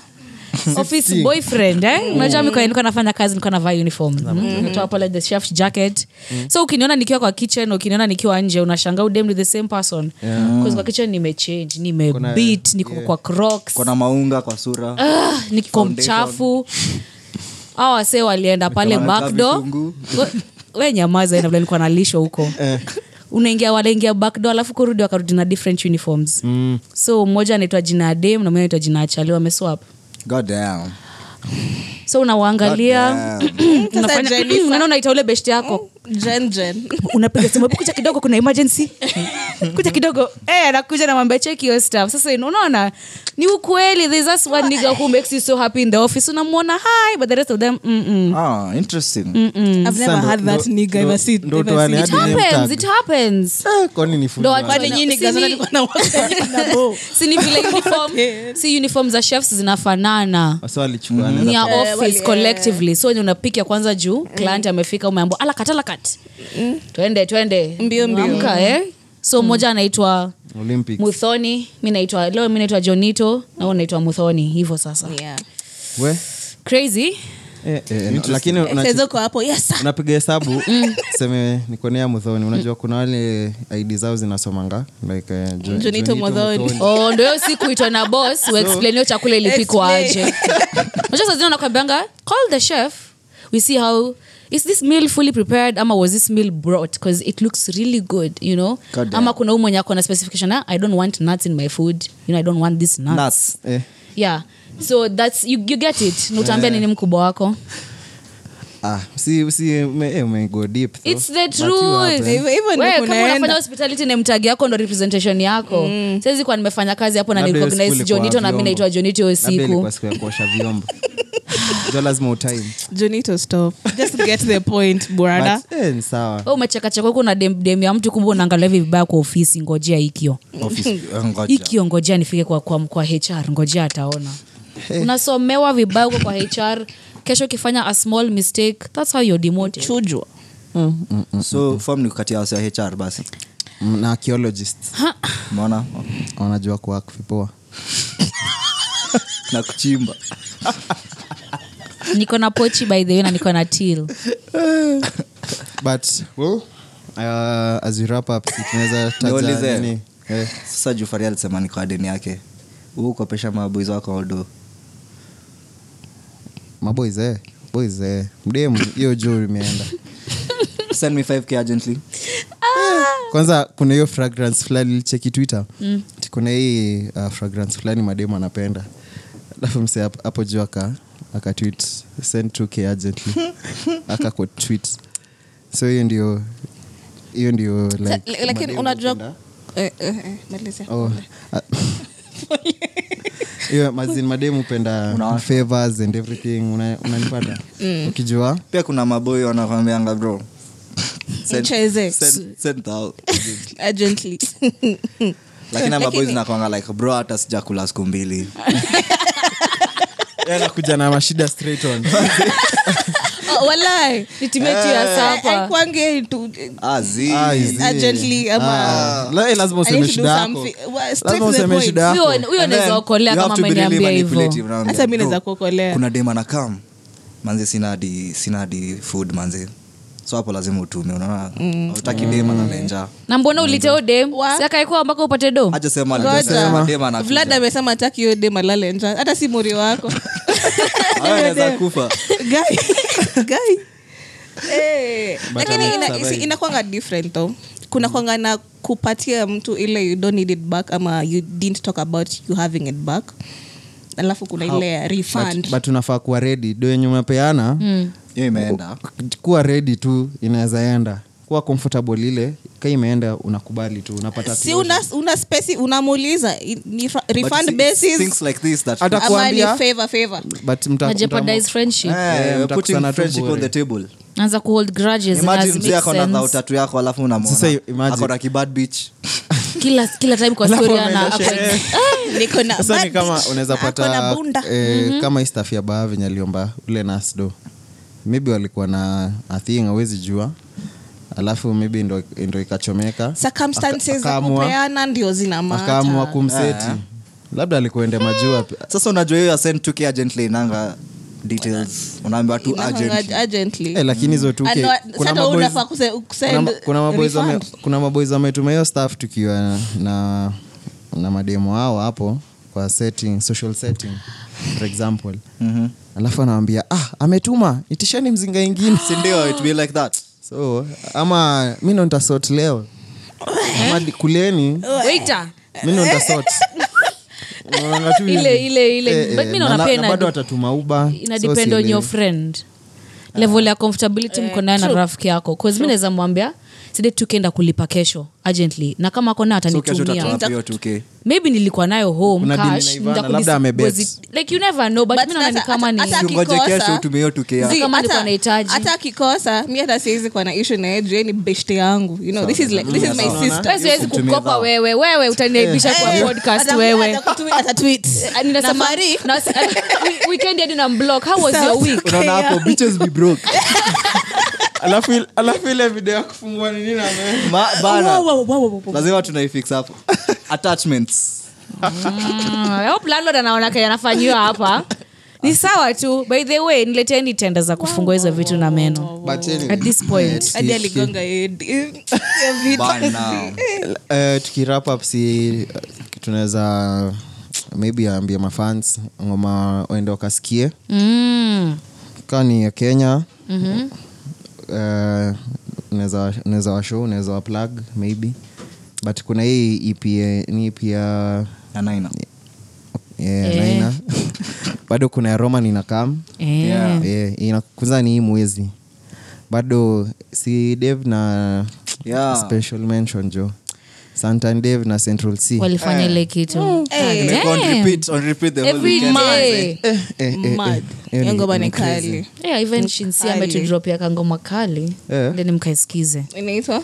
Speaker 2: office boyfriend eh? unajua mi kwa- nilikuwa nafanya kazi nilikuwa navaa uniform Mm. natoa pale the chef jacket so ukiniona nikiwa kwa kitchen ukiniona nikiwa nje unashanga udem ni the same person yeah. kwa kitchen nimechange nimebit niko kwa crocs
Speaker 4: kuna maunga kwa sura
Speaker 2: Ah, niko mchafu au wasee walienda pale
Speaker 4: wanataka
Speaker 2: backdo
Speaker 4: vitunguu.
Speaker 2: we nyamaza ina vile nilikuwa nalishwa huko unaingia wanaingia backdo alafu kurudi wakarudi na different uniforms mm. so mmoja anaitwa jina adem na mwingine anaitwa jina achali wameswap
Speaker 4: God damn.
Speaker 2: so unawaangalia
Speaker 4: God
Speaker 2: unafanya-
Speaker 5: Jennifer.
Speaker 2: unaenda unaita ule best yako
Speaker 5: Jen, Jen.
Speaker 2: unapiga simu "Hebu kuja kidogo kuna emergency kuja kidogo eh anakuja na mambo ya check your stuff sasa ina- unaona ni ukweli there's this one nigga who makes you so happy in the office unamuona hi but the rest of them mm -mm.
Speaker 4: Ah, interesting.
Speaker 5: I've never
Speaker 3: Sasa ndo-
Speaker 5: had that
Speaker 3: ndo-
Speaker 5: nigga
Speaker 3: ndo-
Speaker 5: ever seen-
Speaker 3: ndo
Speaker 5: ever
Speaker 3: tuane
Speaker 5: seen.
Speaker 2: it
Speaker 3: hadi name
Speaker 2: happens
Speaker 3: tag.
Speaker 2: it happens
Speaker 3: Eh, kwani ni
Speaker 2: Ndo
Speaker 3: funzo?
Speaker 2: watu
Speaker 5: Kwani
Speaker 2: wana-
Speaker 5: nyinyi
Speaker 2: si
Speaker 5: niggas
Speaker 2: ni- Oh.
Speaker 5: wanalikuwa na work na bo?
Speaker 2: si ni vile uniform si uniform za chefs zinafanana
Speaker 3: Wasa walichukua,
Speaker 2: ni
Speaker 3: anaweza-
Speaker 2: ya office collectively so wenye unapikia kwanza juu client amefika umeambua alakat alakat twende twende
Speaker 5: Mbio, mbio.
Speaker 2: Amka, eh?
Speaker 4: Hmm.
Speaker 2: so mmoja anaitwa
Speaker 3: Olympics.
Speaker 2: muthoni mi naitwa leo mi naitwa jonito na wewe unaitwa muthoni hivyo sasa
Speaker 3: We,
Speaker 2: crazy
Speaker 4: Hmm.
Speaker 3: eh, eh, no, lakini unachi-
Speaker 5: Sasa uko hapo, yes, sir.
Speaker 3: unapiga hesabu
Speaker 2: Mm.
Speaker 3: seme nikonea mudhoni unajua kuna wale id zao zinasomanga like, eh, Jo-
Speaker 5: Jonito Muthoni.
Speaker 2: oh, ndo hiyo siku itwa na bos uexplain hiyo chakula ilipikwa aje najua sazini anakwambianga call the chef we see how is this meal fully prepared ama was this meal brought because it looks really good you know
Speaker 4: God damn.
Speaker 2: ama kuna huu mwenye akona specification "Ah, i don't want nuts in my food you know i don't want this nuts,
Speaker 4: Nuts.
Speaker 3: Eh,
Speaker 2: yeah so that's you, you get it
Speaker 4: Eh.
Speaker 2: nautaambia nini mkubwa wako
Speaker 3: ah, si- si- ume- eh, ume go deep though.
Speaker 2: It's the
Speaker 3: But you have, eh,
Speaker 2: truth.
Speaker 5: Hivyo- hivyo ndio
Speaker 2: Wewe, kama
Speaker 5: kunaenda.
Speaker 2: unafanya hospitality na mtagi yako ndo representation yako mm. saizi kwa nimefanya kazi hapo na
Speaker 3: labda hiyo siku
Speaker 2: nirecognize
Speaker 3: ilikuwa
Speaker 2: jonito na mi
Speaker 3: vyombo.
Speaker 2: naitwa jonito hiyo
Speaker 3: Labda ilikuwa
Speaker 2: siku
Speaker 3: siku ya kuosha vyombo jo lazima utime
Speaker 5: Jonito, stop. Just get the point, brother.
Speaker 3: But, eh, ni sawa
Speaker 2: Wewe umechekacheka huku na dem, dem ya mtu kumbe unaangalia hivi vibaya kwa ofisi ngojea ikio
Speaker 4: Office. eh, ngoja.
Speaker 2: ikio ngojea nifike kwa, kwa, kwa hr ngojea ataona unasomewa vibaya huko kwa hr kesho ukifanya a small mistake thats how you're demoted
Speaker 5: Chujwa.
Speaker 4: Oh, mm. so form ni kukatia wasi wa hr basi
Speaker 3: Mm, na archaeologists
Speaker 4: mona
Speaker 3: wanajua kuwak vipoa
Speaker 4: na kuchimba
Speaker 2: niko na pochi by the way na niko na til
Speaker 3: but well, uh, as we wrap up si tunaweza
Speaker 4: Niulize.
Speaker 3: taja nini eh,
Speaker 4: sasa jufari alisema ni kwa deni yake huu kuopesha maboiz wako odo
Speaker 3: maboys eh boys eh mdemu hiyo juu imeenda
Speaker 4: send me 5k urgently
Speaker 3: kwanza kuna hiyo fragrance fulani licheki twitter mm. kuna hii uh, fragrance fulani mademu anapenda alafu mse hap- hapo juu aka akatwit send 2k urgently akako tweet so hiyo ndio hiyo ndio like
Speaker 5: Sa- lakini
Speaker 3: mademu
Speaker 5: unajua
Speaker 3: hupenda.
Speaker 5: Eh, eh, eh, malizia.
Speaker 3: Oh, ah, hiyo mazin mademu hupenda
Speaker 4: Unawasha.
Speaker 3: favors and everything una- unanipata ukijua
Speaker 4: pia kuna maboi wanakwambianga bro send-
Speaker 5: Mcheze.
Speaker 4: send- send thou.
Speaker 5: Urgently.
Speaker 4: lakini maboiz
Speaker 5: Lakini-
Speaker 4: nakwanga like bro hata sijakula siku mbili
Speaker 3: anakuja Yaani na mashida straight on
Speaker 5: Oh, walai.
Speaker 2: nitimie tu
Speaker 4: Eh.
Speaker 2: ya sapa
Speaker 5: Haikwangi tu-
Speaker 4: Ah, zi.
Speaker 3: Ah, is it?
Speaker 5: Urgently, ama-
Speaker 3: Ah, la- eh, lazima
Speaker 5: I
Speaker 3: useme
Speaker 5: need to do
Speaker 3: shida yako
Speaker 5: something. Well, straight
Speaker 3: lazima
Speaker 5: to the
Speaker 3: useme
Speaker 5: point.
Speaker 3: shida yako
Speaker 2: Huyo- huyo
Speaker 4: And then
Speaker 2: anaweza okolea
Speaker 4: you
Speaker 2: kama
Speaker 4: have to be really
Speaker 2: ameniambia hivyo
Speaker 4: manipulative, unaambia,
Speaker 5: Hata mi
Speaker 4: bro,
Speaker 5: naweza kuokolea.
Speaker 4: kuna dem anakam manze sinadi sinadi food manze so hapo lazima utume unaona
Speaker 2: Mm.
Speaker 4: utaki dem analenja
Speaker 2: na mbona uliteo dem
Speaker 5: Wa-
Speaker 2: sakaikuwa mpaka upate do
Speaker 4: acha sema
Speaker 5: Ngoja.
Speaker 4: alijasema dem
Speaker 5: vlad
Speaker 4: anakuja
Speaker 5: amesema taki hiyo dem alale njaa hata si morio wako
Speaker 4: Haya, anaweza kufa
Speaker 5: Guy. Guy. Eh,
Speaker 3: But
Speaker 5: lakini
Speaker 3: ame-
Speaker 5: ina- Eh,
Speaker 3: survive.
Speaker 5: si- inakwanga different though kuna kwanga na kupatia mtu ile you don't need it back ama you didn't talk about you having it back alafu kuna ile ya refund
Speaker 3: but, but unafaa kuwa redi do yenye unapeana
Speaker 2: Hmm.
Speaker 3: mm.
Speaker 4: hiyo imeenda
Speaker 3: kuwa redi tu inawezaenda kuwa comfortable ile ka imeenda unakubali tu unapata
Speaker 5: si una, una spesi unamuuliza i- ni fra- refund
Speaker 4: But thi- things
Speaker 5: basis
Speaker 4: like this that
Speaker 3: Ata-
Speaker 5: ama ni
Speaker 3: Atakuambia-
Speaker 5: favor favor
Speaker 3: but mta-
Speaker 2: Na
Speaker 3: mta-
Speaker 2: jeopardize friendship
Speaker 4: Eh,
Speaker 3: Yeah,
Speaker 4: we're putting
Speaker 3: mtakusana tu
Speaker 4: friendship on
Speaker 3: bure.
Speaker 4: the table
Speaker 2: anza kuhold grudges na
Speaker 4: imagine
Speaker 2: hazimake
Speaker 4: mzee akona
Speaker 2: sense.
Speaker 4: dhao tatu yako alafu
Speaker 3: Sasa imagine.
Speaker 4: unamwona na kibad beach
Speaker 2: kila kila time kwa
Speaker 3: Alafu
Speaker 2: story
Speaker 3: ameenda
Speaker 2: ana
Speaker 3: sherehe.
Speaker 5: niko na
Speaker 3: Ah, sasa ni
Speaker 5: bad
Speaker 3: kama
Speaker 5: bitch,
Speaker 3: unaweza
Speaker 5: ako na
Speaker 3: pata
Speaker 5: bunda Mhm.
Speaker 3: eh, kama hii staff ya baa venye aliomba ule nasdo maybe walikuwa na athin awezi jua alafu maybe ndo, ndo ikachomeka
Speaker 5: circumstances za
Speaker 3: akaamua-
Speaker 5: kupeana ndio zina
Speaker 3: akaamua
Speaker 5: mata
Speaker 3: kumseti labda alikuende majua p-
Speaker 4: sasa unajua hiyo asend tu kiagently inanga details unaambia tu agent
Speaker 5: Inahanga urgently.
Speaker 3: eh, lakini hizo tu
Speaker 5: And
Speaker 3: ke-
Speaker 5: wa-
Speaker 3: kuna
Speaker 5: sasa
Speaker 3: maboys-
Speaker 5: unafaa kuse- kusend
Speaker 3: kuna ma- kuna maboys wame-
Speaker 5: refund.
Speaker 3: kuna maboys wametuma hiyo staff tukiwa na na mademo hao hapo kwa setting social setting for example
Speaker 4: Mhm.
Speaker 3: alafu anawambia ah ametuma itisheni mzinga ingine
Speaker 4: sindio it be like that
Speaker 3: so ama mi ndo nitasot leo ama di- kuleni
Speaker 2: waiter
Speaker 3: mi ndo nitasot Unaonanga tu hivi.
Speaker 2: Ile- ile- ile.
Speaker 3: Eh, eh,
Speaker 2: But mi
Speaker 3: na-
Speaker 2: naona
Speaker 3: na-
Speaker 2: pia
Speaker 3: na
Speaker 2: ina-
Speaker 3: bado watatuma uba
Speaker 2: ina depend on your friend level ya comfortability
Speaker 5: Eh,
Speaker 2: mko nayo na rafiki yako bcause mi naweza mwambia side tukienda kulipa kesho urgently na kama akona
Speaker 4: so kesho
Speaker 2: atanitumia
Speaker 4: tatawapia 2k
Speaker 2: maybe nilikuwa nayo home
Speaker 3: Kuna dini
Speaker 2: cash,
Speaker 3: na Ivana,
Speaker 2: nitakudis-
Speaker 3: labda amebet.
Speaker 2: was it- like you never know but
Speaker 5: But
Speaker 2: mi naona ni
Speaker 5: sasa
Speaker 2: kama ni
Speaker 5: hata- hata
Speaker 4: Ukingoje
Speaker 5: akikosa-
Speaker 4: kesho utumie hiyo 2K yako.
Speaker 5: Zii,
Speaker 2: Kama alikuwa
Speaker 5: hata-
Speaker 2: anahitaji.
Speaker 5: hata akikosa mi hata siwezi kuwa na ishu naye juu yeye ni beshte yangu you know, this is like, this is my sister
Speaker 2: Wewe siwezi
Speaker 4: Usimtumie
Speaker 2: kukopa
Speaker 4: dhao.
Speaker 2: wewe wewe utaniaibisha kwa
Speaker 5: Eh,
Speaker 2: podcast
Speaker 5: ata-
Speaker 2: wewe
Speaker 5: atakutumi- atatweet.
Speaker 2: Ah, ninasema-
Speaker 5: Na Marie-
Speaker 2: na- we- weekend hadi unamblock. how was
Speaker 5: Sawa.
Speaker 2: your week
Speaker 3: unaona hapo bitches be broke alafu il- alafu ile video ya kufungua ni nini na wewe?
Speaker 4: Ma,
Speaker 5: Wow,
Speaker 4: bana
Speaker 5: wow, wow, wow, wow.
Speaker 4: lazima tunaifix hapo attachments
Speaker 2: Mm, I hope landlord anaona kenye anafanyiwa hapa ni sawa tu by the way nileteni tenda za kufungua hizo vitu na meno
Speaker 3: But anyway,
Speaker 2: at this
Speaker 3: Eh,
Speaker 2: point
Speaker 5: Hadi aligonga head. Ya vitu.
Speaker 4: bana
Speaker 3: eh, tukirap up si eh, tunaweza maybe aambia mafans ngoma waende wakasikie
Speaker 2: mm. Mm-hmm.
Speaker 3: kaa ni ya kenya Eh, unaweza unaweza washow unaweza waplug maybe but kuna hii EP ya- ni E EP ya
Speaker 4: anaina
Speaker 3: yeah,
Speaker 2: Eh.
Speaker 3: naina bado kuna ya roman inakam
Speaker 2: Eh.
Speaker 4: Yeah.
Speaker 3: yeah, inakuza ni hii mwezi bado si dave na
Speaker 4: Yeah.
Speaker 3: special mention jo santan dave na central c
Speaker 2: walifanya ile kitu Ah,
Speaker 5: Eh,
Speaker 4: Imekuwa on repeat, on repeat the whole
Speaker 2: Every
Speaker 4: weekend.
Speaker 2: day.
Speaker 3: Eh, eh, eh,
Speaker 5: mad.
Speaker 3: eh. Hiyo
Speaker 5: Hiyo
Speaker 3: ni-
Speaker 5: ngoma ni
Speaker 3: ni crazy.
Speaker 5: kali
Speaker 2: Yeah, even shinsi ametudropia kangoma kali
Speaker 3: Eh.
Speaker 2: then mkaisikize
Speaker 5: inaitwa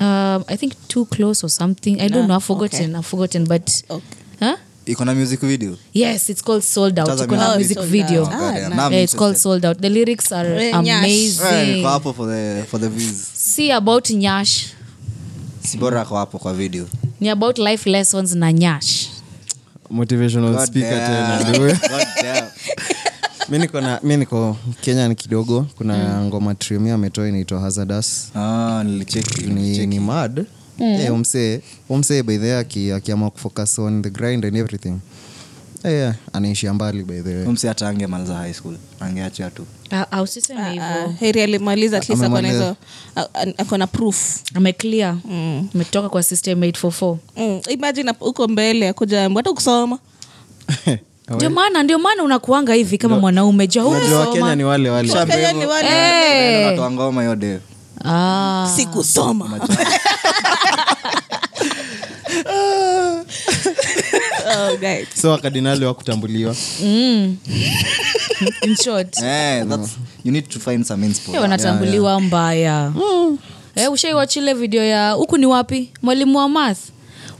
Speaker 2: um, i think too close or something i don't know i've forgotten i've forgotten but
Speaker 5: Okay.
Speaker 2: huh?
Speaker 4: iko na music video
Speaker 2: yes it's called sold out
Speaker 4: Tazama
Speaker 2: iko na
Speaker 4: ya-
Speaker 2: music
Speaker 5: Oh, Sold
Speaker 2: video
Speaker 5: Out.
Speaker 4: God,
Speaker 5: Ah,
Speaker 4: yeah,
Speaker 5: nice.
Speaker 4: now I'm
Speaker 2: yeah, it's called
Speaker 4: interested.
Speaker 2: sold out the lyrics are
Speaker 5: Eh, nyash.
Speaker 4: Eh, niko
Speaker 2: amazing
Speaker 4: hapo for the- for the views
Speaker 2: see about nyash
Speaker 4: si bora ako hapo kwa video
Speaker 2: ni about life lessons na nyash
Speaker 3: Motivational
Speaker 4: God
Speaker 3: speaker
Speaker 4: damn.
Speaker 3: tena, dude.
Speaker 4: God damn.
Speaker 3: Mi niko na- mi niko kenya ni kidogo
Speaker 2: Mm.
Speaker 3: kuna ngoma triomia ametoa inaitwa hazardus
Speaker 4: Ah, nilicheki,
Speaker 3: ni,
Speaker 4: nilicheki.
Speaker 3: ni mad
Speaker 2: Mm.
Speaker 3: Eh, umsee umsee by the way aki- akiamua kufocus on the grind and everything Eh, yeah, anaishia mbali by the way
Speaker 4: Huyu msee hata angemaliza high school angeachia tu
Speaker 3: Ah,
Speaker 2: ausiseme hivo
Speaker 5: heri Ah, alimaliza at least ako na
Speaker 3: Amemaliza.
Speaker 5: hizo- a- a- ako na proof
Speaker 2: Ah, ameclear ametoka kwa system 844
Speaker 5: Mm, imagine hapo huko mbele akuja ambu, hata kusoma
Speaker 2: ndio maana ndio maana unakuanga hivi kama mwanaume jua
Speaker 3: Unajua wakenya ni
Speaker 2: hukusoma
Speaker 3: wale wale
Speaker 5: Kenya ni Yaani wale-
Speaker 2: Eh.
Speaker 4: Natoa ngoma hiyo day.
Speaker 2: Ah.
Speaker 5: sikusoma Oh, guys.
Speaker 3: so wakadinali wakutambuliwa
Speaker 2: In short.
Speaker 4: Eh, that's- you need to find some inspo.
Speaker 2: Eh, wanatambuliwa mbaya Eh, ushaiwachile video ya huku ni wapi mwalimu wa math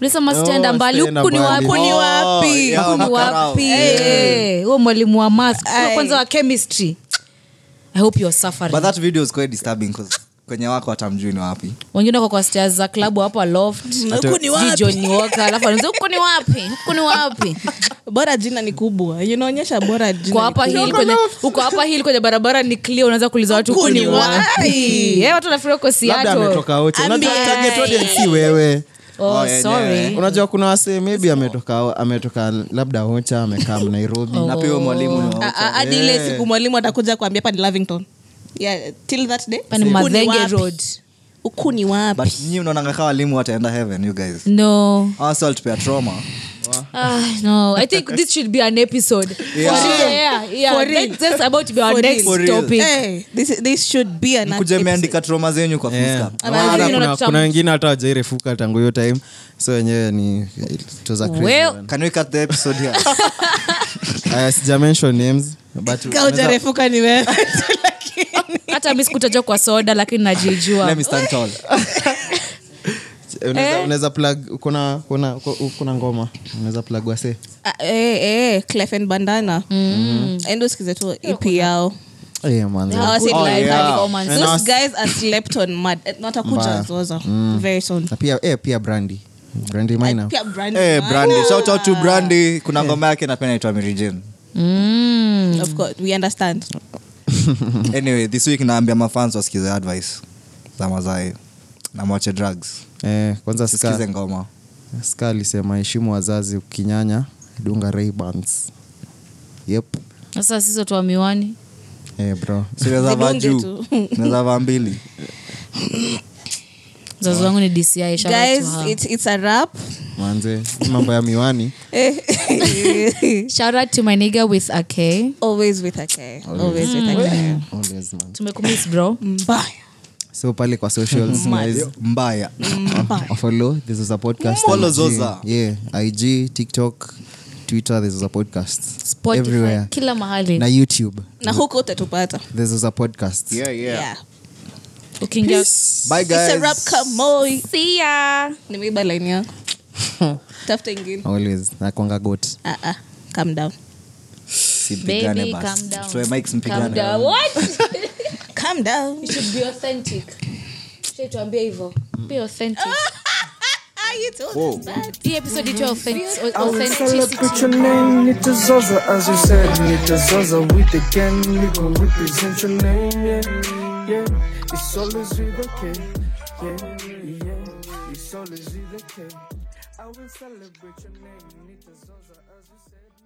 Speaker 2: ulisema sitaenda
Speaker 3: Oh,
Speaker 2: mbali
Speaker 3: sitaenda
Speaker 2: huku ni
Speaker 3: mbali. Oh,
Speaker 2: wapi
Speaker 3: Huku
Speaker 5: ni wapi?
Speaker 2: Huku ni
Speaker 4: yao makarao.
Speaker 2: wapi Eh, huo mwalimu wa math Huyo kwanza wa chemistry i hope you're suffering
Speaker 4: But that video is quite disturbing 'cause kwenye wako hatamjui ni wapi
Speaker 2: wengine wako kwa stairs za klabu hapa loft
Speaker 5: Mm, Huku ni wapi?
Speaker 2: John Walker, alafu anauliza huku ni wapi huku ni wapi
Speaker 5: bora jina ni kubwa inaonyesha bora
Speaker 2: kwa
Speaker 5: jina ni
Speaker 2: hapa
Speaker 5: kubwa.
Speaker 2: hill kwenye uko hapa hill kwenye barabara ni clear unaweza kuuliza watu huku ni wapi Eh, watu wanafikiria uko
Speaker 3: labda
Speaker 2: Seattle.
Speaker 3: ametoka oche unajua
Speaker 5: Ambi-
Speaker 3: target audience si wewe
Speaker 2: oh,
Speaker 4: Oh, yeah,
Speaker 2: sorry
Speaker 3: unajua kuna wasee maybe ametoka ametoka labda ocha amekaa nairobi
Speaker 2: Oh.
Speaker 3: Eh.
Speaker 4: na pia huyo mwalimu ni wa-
Speaker 5: Ah, ah, Oh. hadi ile siku mwalimu atakuja kuambia hapa ni Lavington yeah, till that day
Speaker 2: Hapa ni
Speaker 5: huku
Speaker 2: Madhenge
Speaker 5: wapi?
Speaker 2: Road.
Speaker 5: huku ni wapi
Speaker 4: but nyi mnaonanga kaa walimu wataenda heaven you guys
Speaker 2: no
Speaker 4: Hawa si walitupea trauma
Speaker 2: Ah, no, I think this should be an episode.
Speaker 4: Yeah.
Speaker 2: For real. Yeah, yeah.
Speaker 5: For real.
Speaker 2: That- that's about to be our
Speaker 5: For Eh.
Speaker 2: next
Speaker 4: real.
Speaker 2: topic.
Speaker 5: hey, this, this should be an
Speaker 4: mkuja imeandika trauma zenyu kwa
Speaker 3: Yeah.
Speaker 4: yeah.
Speaker 2: Ama
Speaker 3: Maana
Speaker 2: wengine
Speaker 3: kuna-
Speaker 2: wanacham-
Speaker 3: kuna wengine hata wajairefuka tangu hiyo time so wenyewe ni it was a crazy
Speaker 2: Well,
Speaker 3: one.
Speaker 4: can we cut the episode here
Speaker 3: Aya, sija mention names but unaweza-
Speaker 5: kaujarefuka ni wewe
Speaker 2: hata mi sikutajwa kwa soda lakini najijua
Speaker 4: let me stand tall
Speaker 3: unaweza-
Speaker 2: Eh?
Speaker 3: unaweza plug kuna kuna kuna ngoma unaweza plug wase
Speaker 5: Ah, eh, eh, Clef and bandana
Speaker 2: Mm.
Speaker 5: endo sikize tu ep yao
Speaker 3: yeah, man.
Speaker 5: Hawasi
Speaker 4: Oh,
Speaker 5: live
Speaker 4: yeah.
Speaker 5: performance.
Speaker 3: And
Speaker 5: Those
Speaker 3: hawasi-
Speaker 5: guys are slept on mad. Eh, watakuja
Speaker 3: Mbaya.
Speaker 5: zoza very soon
Speaker 3: na pia eh, pia brandy brandy mina
Speaker 5: pia brandy
Speaker 4: hey, brandy
Speaker 5: man.
Speaker 4: Eh, shout out to brandy kuna ngoma yake napenda naitwa mirijin
Speaker 2: Mm.
Speaker 5: of course we understand
Speaker 4: anyway this week naambia mafans wasikize advice za mazai na mwache drugs
Speaker 3: eh, kwanza
Speaker 4: sikize
Speaker 3: ska,
Speaker 4: ngoma
Speaker 3: ska alisema heshimu wazazi ukinyanya dunga raybans yep
Speaker 2: sasa sisi watu wa miwani
Speaker 3: eh, bro
Speaker 4: sinaweza vaa
Speaker 5: Vidunge
Speaker 4: juu
Speaker 5: tu.
Speaker 4: naweza vaa mbili
Speaker 2: mzazi wangu ni dci shout out to
Speaker 5: guys
Speaker 2: her.
Speaker 5: it's, it's a rap
Speaker 3: manze mambo ya miwani
Speaker 5: Eh.
Speaker 2: Shout out to my nigga with a k
Speaker 5: always with a K. always with a
Speaker 2: Mm.
Speaker 5: K.
Speaker 3: Always, man.
Speaker 2: tumekumiss bro
Speaker 5: mbaya
Speaker 3: so pale kwa socials guys
Speaker 4: mbaya
Speaker 5: mbaya
Speaker 3: follow this is a podcast
Speaker 4: Follow
Speaker 3: IG.
Speaker 4: Zoza.
Speaker 3: yeah ig tiktok twitter this is a podcast
Speaker 2: Spotify,
Speaker 3: everywhere
Speaker 2: kila mahali
Speaker 3: na youtube
Speaker 5: na huko utatupata
Speaker 3: this is a podcast
Speaker 5: yeah.
Speaker 2: ukiingia
Speaker 4: bye
Speaker 5: It's a
Speaker 4: guys
Speaker 5: rap kamoi
Speaker 2: see ya
Speaker 5: nimeiba line yako tafuta ingine
Speaker 3: always nakwanga got
Speaker 5: ah, ah. calm down
Speaker 2: baby
Speaker 4: Sipigane basi.
Speaker 2: calm down
Speaker 4: Tuwe mics
Speaker 2: calm
Speaker 4: mpigane.
Speaker 2: down what
Speaker 5: calm down
Speaker 2: you should be authentic Shai tuambie hivyo be authentic
Speaker 5: ah, you told us that.
Speaker 2: hii episode itwa authentic-
Speaker 1: I will
Speaker 2: authenticity
Speaker 1: celebrate your name, Nita Zaza, as you said, Nita Zaza with the gang, we gon' represent your name, yeah, yeah. It's always with a K, yeah, yeah. It's always with a K. I will celebrate your name, Nita Zaza, as you said.